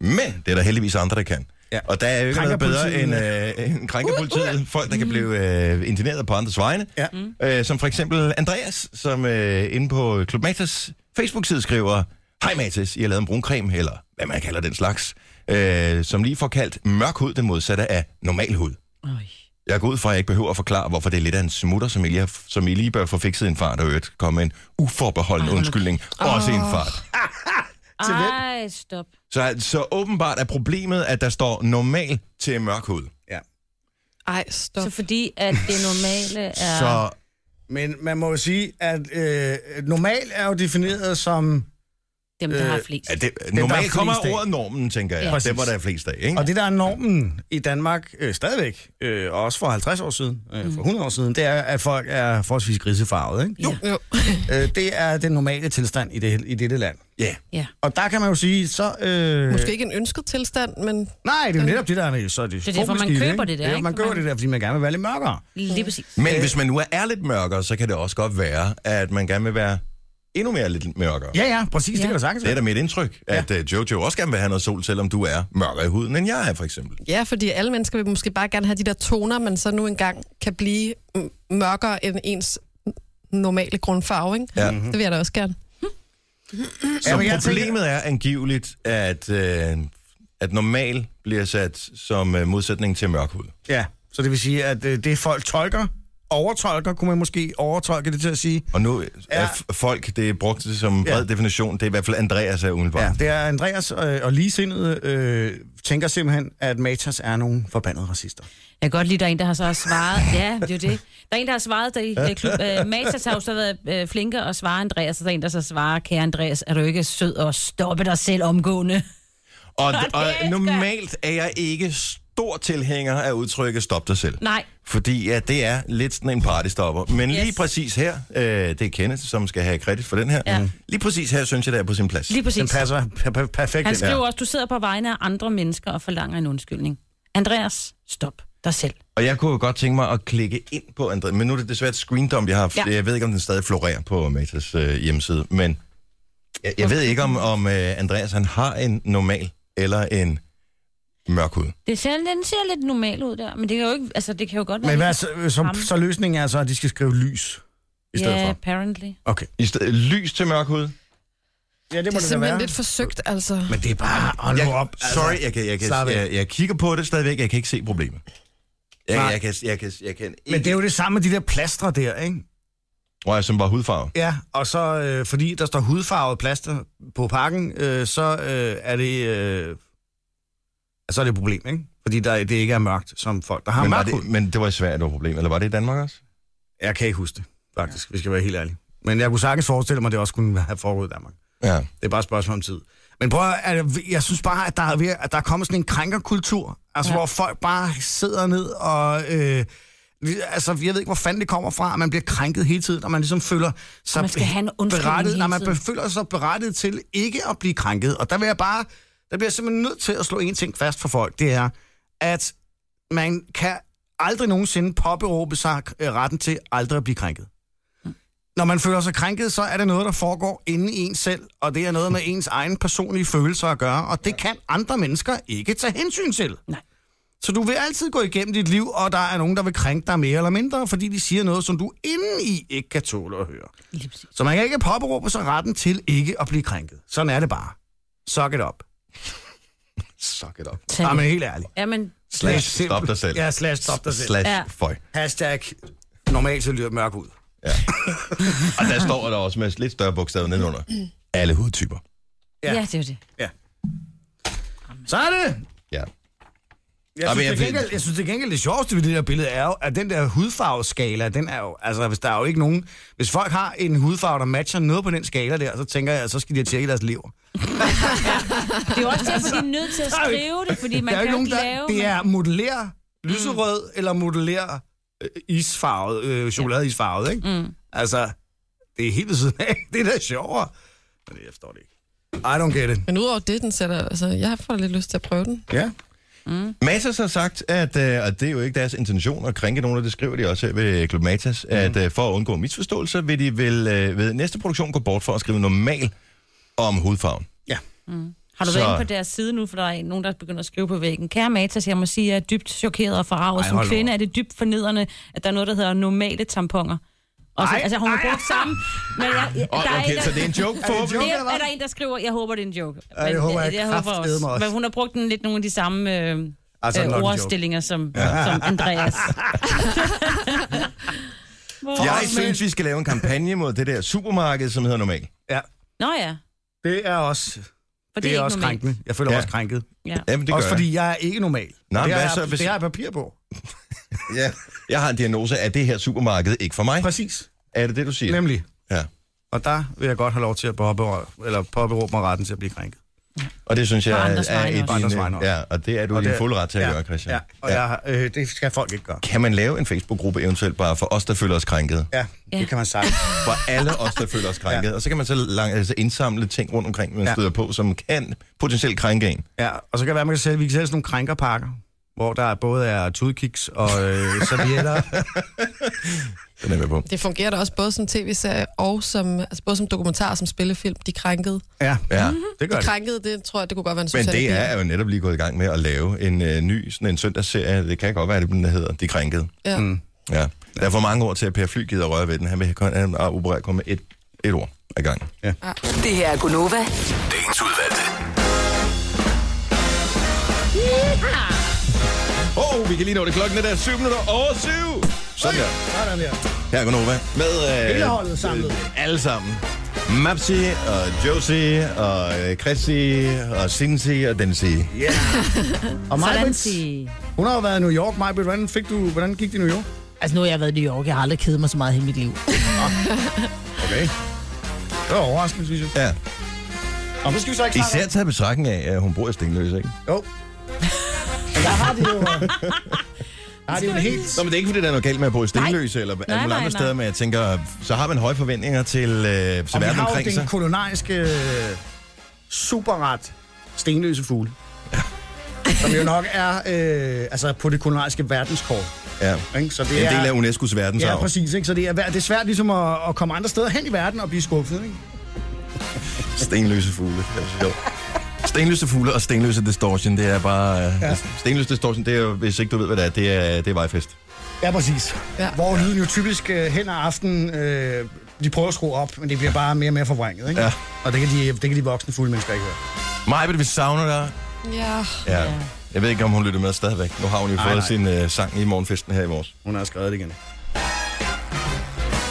Speaker 1: Men det er der heldigvis andre, der kan. Ja.
Speaker 2: Ja.
Speaker 1: Og der er jo ikke
Speaker 2: Krænker
Speaker 1: noget bedre end,
Speaker 2: politiet.
Speaker 1: øh, end krænkerpolitiet. Uh, uh. Folk, der kan blive øh, intineret på andres vegne.
Speaker 2: Ja.
Speaker 1: Øh, som for eksempel Andreas, som øh, inde på Klub Matas Facebook-side skriver, Hej Matas, I har lavet en bruncreme, eller hvad man kalder den slags, øh, som lige får kaldt mørk hud, den modsatte af normal hud.
Speaker 3: Øj.
Speaker 1: Jeg går ud fra, at jeg ikke behøver at forklare, hvorfor det er lidt af en smutter, som I lige, har, som I lige bør få fikset i en fart, og i øvrigt komme med en uforbeholden
Speaker 3: Ej, hold nu-
Speaker 1: undskyldning, også i en fart.
Speaker 3: Ej, stop.
Speaker 1: Så, så åbenbart er problemet, at der står normal til mørk hud.
Speaker 2: Ja.
Speaker 4: Ej, stop.
Speaker 3: Så fordi, at det normale er...
Speaker 1: Så
Speaker 9: Men man må jo sige, at øh, normal er jo defineret som...
Speaker 3: Dem, der har flest.
Speaker 1: ja, det,
Speaker 9: der er
Speaker 1: normalt
Speaker 9: flest
Speaker 1: kommer
Speaker 9: af.
Speaker 1: ordet normen, tænker jeg. Ja.
Speaker 9: Præcis.
Speaker 1: Det var der er flest af, ikke?
Speaker 9: Og
Speaker 1: Og
Speaker 9: det, der er normen
Speaker 2: I Danmark øh, stadigvæk, øh, og også for 50 år siden,
Speaker 3: Mm.
Speaker 2: øh, for 100 år siden, det er, at folk er forholdsvis grisefarvet. Ikke?
Speaker 3: Ja.
Speaker 5: Jo.
Speaker 2: Øh, det er den normale tilstand i, det, i dette land.
Speaker 1: ja.
Speaker 3: Ja.
Speaker 2: Og der kan man jo sige, så... Øh,
Speaker 5: Måske ikke en ønsket tilstand, men
Speaker 2: Nej, det er jo netop det, der er så er det,
Speaker 3: Det er derfor, man
Speaker 2: komiske i
Speaker 3: køber
Speaker 2: ikke?
Speaker 3: det der,
Speaker 2: Ja,
Speaker 3: ikke?
Speaker 2: man
Speaker 3: For
Speaker 2: køber
Speaker 3: man-
Speaker 2: det der, fordi man gerne vil være lidt mørkere.
Speaker 3: Lige præcis.
Speaker 1: Men
Speaker 9: Øh.
Speaker 1: hvis man nu er lidt mørkere, så kan det også godt være, at man gerne vil være endnu mere lidt mørkere.
Speaker 2: Ja, ja, præcis, ja. det kan du sagtens
Speaker 1: Det er
Speaker 2: være.
Speaker 1: da mit indtryk, at øh, Jojo også gerne vil have noget sol, selvom du er mørkere i huden, end jeg er, for eksempel.
Speaker 5: ja, fordi alle mennesker vil måske bare gerne have de der toner, man så nu engang kan blive m- mørkere end ens normale grundfarve, ikke?
Speaker 1: Ja.
Speaker 5: Det vil jeg da også gerne.
Speaker 1: Så
Speaker 2: Ja, men jeg tænker-
Speaker 1: problemet er angiveligt, at, øh, at normal bliver sat som øh, modsætning til mørk hud.
Speaker 2: Ja, så det vil sige, at øh, det folk tolker, overtolker, kunne man måske overtolke det til at sige.
Speaker 1: Og nu er
Speaker 2: Ja.
Speaker 1: f- folk, det er brugt som
Speaker 2: Ja.
Speaker 1: bred definition, det er i hvert fald Andreas er udenfor.
Speaker 2: Ja, det er Andreas øh, og ligesindede øh, tænker simpelthen, at Matas er nogle forbandede racister.
Speaker 3: Jeg kan godt lide, der er en, der har så også svaret. Ja, det er jo det. Der er en, der har svaret, der i øh, klub. Øh, Matas har jo så været øh, flinke og svare Andreas, og der er en, der så svarer, kære Andreas, er du ikke sød og stoppe dig selv omgående?
Speaker 1: Og,
Speaker 3: det elsker
Speaker 1: og
Speaker 3: jeg.
Speaker 1: normalt er jeg ikke stor tilhænger af udtrykket stop dig selv.
Speaker 3: Nej.
Speaker 1: Fordi ja, det er lidt sådan en partystopper. Men yes. lige
Speaker 3: Yes.
Speaker 1: præcis her, øh, det er Kenneth, som skal have kredit for den her.
Speaker 3: Ja.
Speaker 1: Lige præcis her, synes jeg, det er på sin plads.
Speaker 3: Lige
Speaker 2: Den
Speaker 3: præcis.
Speaker 2: passer per- per- perfekt.
Speaker 3: Han
Speaker 2: ind.
Speaker 3: skriver også, du sidder på vegne af andre mennesker og forlanger en undskyldning. Andreas, stop dig selv.
Speaker 1: Og jeg kunne jo godt tænke mig at klikke ind på André, men nu er det desværre et screendom, jeg har. Ja.
Speaker 3: Ja.
Speaker 1: Jeg ved ikke, om den stadig florerer på Matas øh, hjemmeside, men jeg, jeg ved ikke, om, om øh, Andreas han har en normal eller en mørk hud.
Speaker 3: Det ser, den ser lidt normal ud der, men det kan jo, ikke, altså, det kan jo godt være...
Speaker 2: Men hvad, så, øh,
Speaker 3: Ham.
Speaker 2: så, så løsningen er så, at de skal skrive lys i stedet
Speaker 3: Ja,
Speaker 2: yeah. for?
Speaker 3: apparently.
Speaker 2: Okay.
Speaker 1: I stedet, lys til mørk hud.
Speaker 2: Ja, det må
Speaker 5: Det er
Speaker 2: det, det
Speaker 5: simpelthen
Speaker 2: være.
Speaker 5: lidt forsøgt, altså.
Speaker 2: Men det er bare... Hold nu
Speaker 1: Jeg,
Speaker 2: op. altså.
Speaker 1: sorry, jeg, kan, jeg, kan,
Speaker 2: slap af.
Speaker 1: jeg, jeg kigger på det stadigvæk, jeg kan ikke se problemet. Jeg,
Speaker 2: Nej.
Speaker 1: jeg, kan, jeg, kan, jeg kan ikke...
Speaker 2: Men det er jo det samme med de der plastre der, ikke?
Speaker 1: Tror jeg, som var hudfarve.
Speaker 2: Ja, og så øh, fordi der står hudfarvet plaster på pakken, øh, så øh, er det... Øh, så er det et problem, ikke? Fordi der, det ikke er mørkt, som folk, der har
Speaker 1: Men, var
Speaker 2: mørk
Speaker 1: det,
Speaker 2: hud.
Speaker 1: men det var i Sverige, det var problemet. Eller var det i Danmark også?
Speaker 2: Jeg kan ikke huske det, faktisk, hvis jeg skal være helt ærlig. Men jeg kunne sagtens forestille mig, at det også kunne have foregået i Danmark.
Speaker 1: Ja.
Speaker 2: Det er bare et spørgsmål om tid. Men prøv at, altså, jeg synes bare, at der er, ved- at der er kommet sådan en krænkerkultur, altså ja. hvor folk bare sidder ned og... Øh, vi- altså, jeg ved ikke, hvor fanden det kommer fra, at man bliver krænket hele tiden, og man ligesom føler sig
Speaker 3: Man skal have en undskyldning
Speaker 2: berettet,
Speaker 3: hele
Speaker 2: når man
Speaker 3: tiden.
Speaker 2: be- føler sig berettet til ikke at blive krænket. Og der vil jeg bare, der bliver jeg simpelthen nødt til at slå en ting fast for folk, det er, at man kan aldrig nogensinde påberåbe sig øh, retten til aldrig at blive krænket når man føler sig krænket, så er det noget, der foregår inde i en selv, og det er noget med ens egen personlige følelser at gøre, og det kan andre mennesker ikke tage hensyn til.
Speaker 3: Nej.
Speaker 2: Så du vil altid gå igennem dit liv, og der er nogen, der vil krænke dig mere eller mindre, fordi de siger noget, som du indeni ikke kan tåle at høre.
Speaker 3: Lige præcis.
Speaker 2: Så man kan ikke påberåbe sig retten til ikke at blive krænket. Sådan er det bare. Suck it up.
Speaker 1: Suck it up.
Speaker 3: Tag
Speaker 2: Ja,
Speaker 3: den.
Speaker 2: men helt ærligt.
Speaker 3: Ja, men
Speaker 1: Slash
Speaker 2: Simpel-
Speaker 1: stop dig selv.
Speaker 2: Ja, slash stop dig selv.
Speaker 1: Slash
Speaker 3: Ja.
Speaker 1: føj.
Speaker 2: Hashtag normalt så lyder mørk ud.
Speaker 1: Ja. Og der står der også med lidt større bogstaver nedenunder. Alle hudtyper.
Speaker 2: Ja.
Speaker 3: ja. ja, det er jo det.
Speaker 2: Så er det!
Speaker 1: Ja.
Speaker 2: Jeg
Speaker 1: Ej, men
Speaker 2: synes,
Speaker 1: jeg
Speaker 2: jeg,
Speaker 1: ved-
Speaker 2: gengæld, jeg synes til gengæld, det sjoveste ved det der billede er jo, at den der hudfarveskala, den er jo, altså hvis der er jo ikke nogen, hvis folk har en hudfarve, der matcher noget på den skala der, så tænker jeg, så skal de have tjekket deres lever.
Speaker 3: Det er jo også derfor, de er nødt til at
Speaker 2: der er jo
Speaker 3: skrive det, fordi man
Speaker 2: der er jo
Speaker 3: kan jo
Speaker 2: ikke nogen,
Speaker 3: ikke
Speaker 2: der,
Speaker 3: lave...
Speaker 2: det er modeller
Speaker 3: Mm.
Speaker 2: lyserød, eller modeller øh, isfarvet, øh, chokoladeisfarvet, ikke? Mm. Altså, Det er helt ved siden af. Det er da sjovere. Men jeg forstår det ikke. I don't get it.
Speaker 5: Men udover det, den sætter, altså, jeg får da lidt lyst til at prøve den.
Speaker 2: Ja.
Speaker 1: Matas har sagt, at, øh, og det er jo ikke deres intention at krænke nogen, og det skriver de også her ved Klub Matas, mm. at øh, for at undgå misforståelser, vil de vil, øh, ved næste produktion gå bort for at skrive normal om hudfarven.
Speaker 2: Ja.
Speaker 3: Har du
Speaker 1: Så-
Speaker 3: været inde på deres side nu, for der er en- nogen, der begynder at skrive på væggen. Kære Matas, jeg må sige, at jeg er dybt chokeret og forarvet.
Speaker 2: Ej,
Speaker 3: Som
Speaker 2: hold nu
Speaker 3: kvinde
Speaker 2: op.
Speaker 3: er det dybt fornedrende, at der er noget, der hedder normale tamponer. Og så,
Speaker 2: Ej,
Speaker 3: altså, hun har brugt sammen. Men jeg, jeg,
Speaker 1: Og,
Speaker 3: der er en,
Speaker 1: okay,
Speaker 3: der-
Speaker 1: så det er en joke
Speaker 2: det en
Speaker 1: for
Speaker 2: joke?
Speaker 3: Det
Speaker 2: eller hvad?
Speaker 3: er, er der en, der skriver, jeg håber, det er en joke.
Speaker 2: Ja, det håber jeg kraftedeme også.
Speaker 3: Men hun har brugt den lidt nogle af de samme øh,
Speaker 2: Altså,
Speaker 3: altså,
Speaker 2: nok en
Speaker 3: øh,
Speaker 2: joke.
Speaker 3: ordstillinger som, ja. som Andreas. Hvor-
Speaker 1: Jeg synes, vi skal lave en kampagne mod det der supermarked, som hedder normal.
Speaker 2: Ja.
Speaker 3: Nå ja,
Speaker 2: Det er også, det
Speaker 3: for det,
Speaker 2: det
Speaker 3: er,
Speaker 2: er
Speaker 3: ikke
Speaker 2: også
Speaker 3: normalt.
Speaker 2: krænkende. Jeg føler
Speaker 1: Ja.
Speaker 2: ja. også krænket.
Speaker 3: Ja.
Speaker 1: Jamen, det
Speaker 2: Det også
Speaker 1: gør
Speaker 2: fordi jeg. er ikke normal.
Speaker 1: Nå,
Speaker 2: Og det,
Speaker 1: hvad
Speaker 2: har,
Speaker 1: så,
Speaker 2: jeg-
Speaker 1: hvis-
Speaker 2: det har jeg papir på.
Speaker 1: jeg. Ja. Jeg har en diagnose, at det her supermarked ikke for mig.
Speaker 2: Præcis.
Speaker 1: Er det det, du siger?
Speaker 2: Nemlig.
Speaker 1: Ja.
Speaker 2: Og der vil jeg godt have lov til at påberåbe, eller påberåbe mig retten til at blive krænket.
Speaker 1: Og det synes jeg
Speaker 3: På
Speaker 1: er,
Speaker 3: andres
Speaker 1: er
Speaker 3: vegne
Speaker 1: i
Speaker 3: også.
Speaker 1: din,
Speaker 2: Andres vegne også.
Speaker 1: ja, og det er du i
Speaker 2: Og
Speaker 1: din
Speaker 2: det-
Speaker 1: fulde ret til at
Speaker 2: ja,
Speaker 1: gøre, Christian.
Speaker 2: Ja, og ja. Jeg, øh, det skal folk ikke gøre.
Speaker 1: Kan man lave en Facebook-gruppe eventuelt bare for os, der føler os krænket?
Speaker 2: Ja, ja. det kan man sige.
Speaker 1: For alle os, der føler os krænket. Ja. Og så kan man så lang, altså indsamle ting rundt omkring, man ja.
Speaker 2: Ja.
Speaker 1: støder på, som kan potentielt krænke en.
Speaker 2: Ja, og så kan det være, man kan sælge, vi kan sælge sådan nogle krænkerpakker, hvor der både er tudkiks og øh, servietter.
Speaker 1: Den er jeg med på.
Speaker 5: Det fungerer da også både som tv-serie og som, altså både som dokumentar og som spillefilm. De krænkede.
Speaker 2: ja,
Speaker 1: Ja.
Speaker 2: det gør
Speaker 5: De
Speaker 2: det.
Speaker 5: krænkede, det tror jeg, det kunne godt være en
Speaker 1: Men
Speaker 5: Susanne
Speaker 1: det
Speaker 5: Bier.
Speaker 1: er jo netop lige gået i gang med at lave en øh, ny sådan en søndagsserie. Det kan godt være, at det den hedder De Krænkede.
Speaker 5: Ja. Mm.
Speaker 1: Ja. Der er for mange ord til, at Per Fly gider røre ved den. Han vil kun han operere kun med et, et ord ad gangen.
Speaker 7: Det her er Gunova.
Speaker 1: Åh, oh, vi kan lige nå det. Klokken er der 7 minutter over 7. Sådan der.
Speaker 9: Sådan der.
Speaker 1: Her er Gunova. Med øh,
Speaker 9: Hele holdet samlet.
Speaker 1: øh, alle sammen. Mapsi og Josie og øh, Chrissy og Cincy og Densi.
Speaker 9: Og
Speaker 3: Sådan
Speaker 9: Majbrit,
Speaker 3: sige.
Speaker 9: hun har jo været i New York. Majbrit, hvordan, fik du, hvordan gik det i New York?
Speaker 8: Altså, nu har jeg været i New York. Jeg har aldrig kedet mig så meget i hele mit liv.
Speaker 1: Okay.
Speaker 2: Det var overraskende, synes jeg.
Speaker 1: Ja.
Speaker 9: Nå, det skal vi så ikke snakke
Speaker 1: Især taget betragtning af, at hun bor i Stenløs, ikke?
Speaker 9: om. Jo. Men der har de jo... øh, Der har de jo en helt...
Speaker 1: Nå, men det er ikke, fordi der er noget galt med at bo i Stenløse nej. eller alle
Speaker 3: nej,
Speaker 1: mulige andre
Speaker 3: nej.
Speaker 1: steder, men jeg tænker, så har man høje forventninger til, øh, til
Speaker 2: Og vi
Speaker 1: verden
Speaker 2: har jo
Speaker 1: omkring
Speaker 2: den
Speaker 1: sig.
Speaker 2: kolonariske øh, superret stenløse fugle. som jo nok er øh, altså på det kolonariske verdenskort.
Speaker 1: Ja.
Speaker 2: Ikke? Så det
Speaker 1: En
Speaker 2: er,
Speaker 1: del af UNESCO's verdensarv.
Speaker 2: Ja, præcis. Ikke? Så det er, det er svært ligesom at, at komme andre steder hen i verden og blive skuffet. Ikke?
Speaker 1: Stenløse fugle. Det er sjovt. Stenløse fugle og stenløse distortion, det er bare... Øh, ja. Stenløse distortion, det er jo, hvis ikke du ved, hvad det er, det er, det er vejfest.
Speaker 9: Ja, præcis.
Speaker 5: Ja.
Speaker 9: Hvor lyden jo typisk øh, hen ad aftenen, øh, de prøver at skrue op, men det bliver bare mere og mere forvrænget, ikke?
Speaker 1: Ja.
Speaker 9: Og det kan de, det kan de voksne fulde mennesker ikke høre.
Speaker 1: Maja, vi savner dig.
Speaker 5: Ja.
Speaker 1: Ja. Jeg ved ikke, om hun lytter med stadigvæk. Nu har hun jo fået
Speaker 2: nej.
Speaker 1: sin øh, sang i morgenfesten her i morges.
Speaker 2: Hun har skrevet det igen.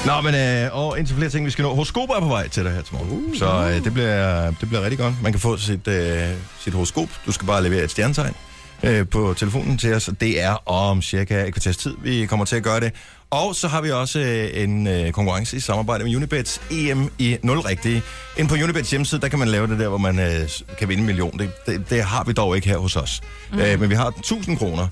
Speaker 1: Nå, men øh, og indtil flere ting, vi skal nå. Horoskoper er på vej til dig her til morgen. Uh, så øh, det, bliver, det bliver rigtig godt. Man kan få sit, øh, sit horoskop. Du skal bare levere et stjernetegn øh, på telefonen til os. og Det er om cirka et kvarters tid, vi kommer til at gøre det. Og så har vi også øh, en øh, konkurrence i samarbejde med Unibets EM i 0 rigtige. Inde på Unibets hjemmeside, der kan man lave det der, hvor man øh, s- kan vinde en million. Det, det, det har vi dog ikke her hos os. Mm. Øh, men vi har 1000 kroner,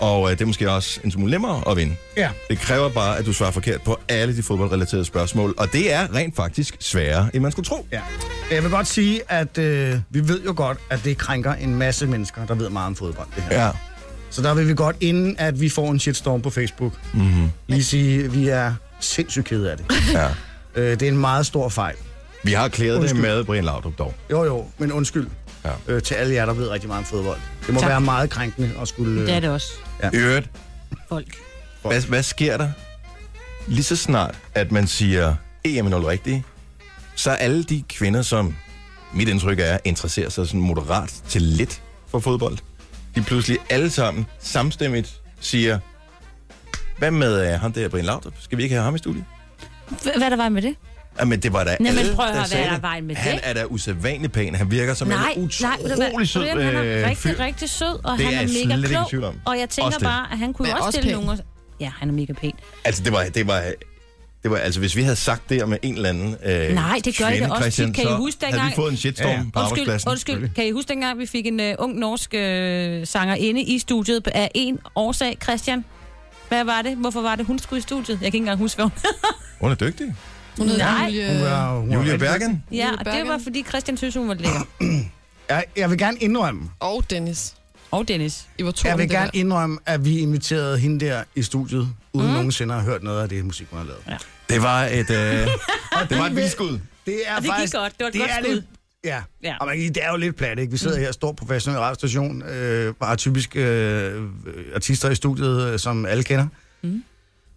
Speaker 1: og øh, det er måske også en smule nemmere at vinde.
Speaker 9: Ja.
Speaker 1: Det kræver bare, at du svarer forkert på alle de fodboldrelaterede spørgsmål, og det er rent faktisk sværere, end man skulle tro.
Speaker 2: Ja. Jeg vil godt sige, at øh, vi ved jo godt, at det krænker en masse mennesker, der ved meget om fodbold. Det her.
Speaker 1: Ja.
Speaker 2: Så der vil vi godt, inden at vi får en shitstorm på Facebook, mm-hmm. lige sige, at vi er sindssygt kede af det.
Speaker 1: ja.
Speaker 2: øh, det er en meget stor fejl.
Speaker 1: Vi har klædet det
Speaker 2: Undskyld.
Speaker 1: med Brian Laudrup dog.
Speaker 2: Jo, jo, men undskyld
Speaker 1: Ja.
Speaker 2: ja. øh, til alle jer, der ved rigtig meget om fodbold. Det
Speaker 3: Tak.
Speaker 2: må tak. være meget krænkende at skulle... Øh,
Speaker 3: Det er det også.
Speaker 1: I øvrigt,
Speaker 3: Folk.
Speaker 1: hvad, hvad sker der? Lige så snart, at man siger EM er 0 rigtige, så er alle de kvinder, som mit indtryk er, interesserer sig sådan moderat til lidt for fodbold, de pludselig alle sammen samstemmigt siger, hvad med uh, ham der Brian Laudrup? Skal vi ikke have ham i studiet?
Speaker 3: H- hvad er der var med det?
Speaker 1: Jamen, det var da
Speaker 3: Nej, men
Speaker 1: alle,
Speaker 3: prøv at
Speaker 1: der
Speaker 3: høre,
Speaker 1: sagde
Speaker 3: hvad er der
Speaker 1: det.
Speaker 3: vejen med
Speaker 1: Han
Speaker 3: det?
Speaker 1: er da usædvanlig pæn. Han virker som
Speaker 3: nej,
Speaker 1: en
Speaker 3: nej, ved du hvad?
Speaker 1: utrolig sød
Speaker 3: Brian, han er
Speaker 1: øh,
Speaker 3: rigtig,
Speaker 1: fyr.
Speaker 3: rigtig sød, og
Speaker 1: Det
Speaker 3: han
Speaker 1: er
Speaker 3: er,
Speaker 1: jeg slet
Speaker 3: mega
Speaker 1: ikke i
Speaker 3: klog.
Speaker 1: tvivl om.
Speaker 3: Og jeg tænker
Speaker 1: Også det.
Speaker 3: bare, at han kunne
Speaker 5: Men
Speaker 3: jo også
Speaker 5: også
Speaker 3: stille
Speaker 5: pæn.
Speaker 3: nogle... Ja, han er mega pæn.
Speaker 1: Altså, det var, det var, det var, altså, hvis vi havde sagt det om en eller anden øh,
Speaker 3: Nej, det gør I da
Speaker 1: kvinde,
Speaker 3: også tit.
Speaker 1: Christian,
Speaker 3: Kan I
Speaker 1: så
Speaker 3: huske
Speaker 1: havde vi
Speaker 3: dengang?
Speaker 1: fået en shitstorm ja,
Speaker 2: Ja,
Speaker 1: ja.
Speaker 2: ja.
Speaker 1: på
Speaker 3: Undskyld,
Speaker 1: arbejdspladsen.
Speaker 3: undskyld, kan I huske dengang, vi fik en uh, ung norsk uh, sanger inde i studiet af en årsag, Christian? Hvad var det? Hvorfor var det, hun skulle i studiet? Jeg kan ikke engang huske, hvad hun...
Speaker 1: Hun er dygtig.
Speaker 4: Hun hedder
Speaker 3: Nej.
Speaker 4: Julie...
Speaker 2: øh, Hun er, hun er
Speaker 1: Julia
Speaker 2: rigtig-
Speaker 1: Bergen?
Speaker 3: Ja,
Speaker 4: Julie
Speaker 3: og det var,
Speaker 4: Bergen.
Speaker 3: fordi Christian synes, hun var lækker.
Speaker 2: Jeg, jeg vil gerne indrømme,
Speaker 4: Og Dennis.
Speaker 3: Og Dennis.
Speaker 4: I var to
Speaker 2: jeg
Speaker 4: om
Speaker 2: vil
Speaker 4: det
Speaker 2: gerne
Speaker 4: der.
Speaker 2: indrømme, at vi inviterede hende der i studiet, uden mm. nogensinde at have hørt noget af det musik, hun har lavet.
Speaker 1: Det var et, øh, det var et vildskud.
Speaker 2: Det er
Speaker 3: Og det gik
Speaker 2: faktisk,
Speaker 3: godt. Det var et
Speaker 2: det
Speaker 3: godt
Speaker 2: er
Speaker 3: skud.
Speaker 2: Lidt, ja,
Speaker 3: Ja.
Speaker 2: ja. Og man, kan sige, det er jo lidt plat, ikke? Vi sidder mm. her, stor professionel radiostation, øh, bare typisk øh, artister i studiet, øh, som alle kender. Mm.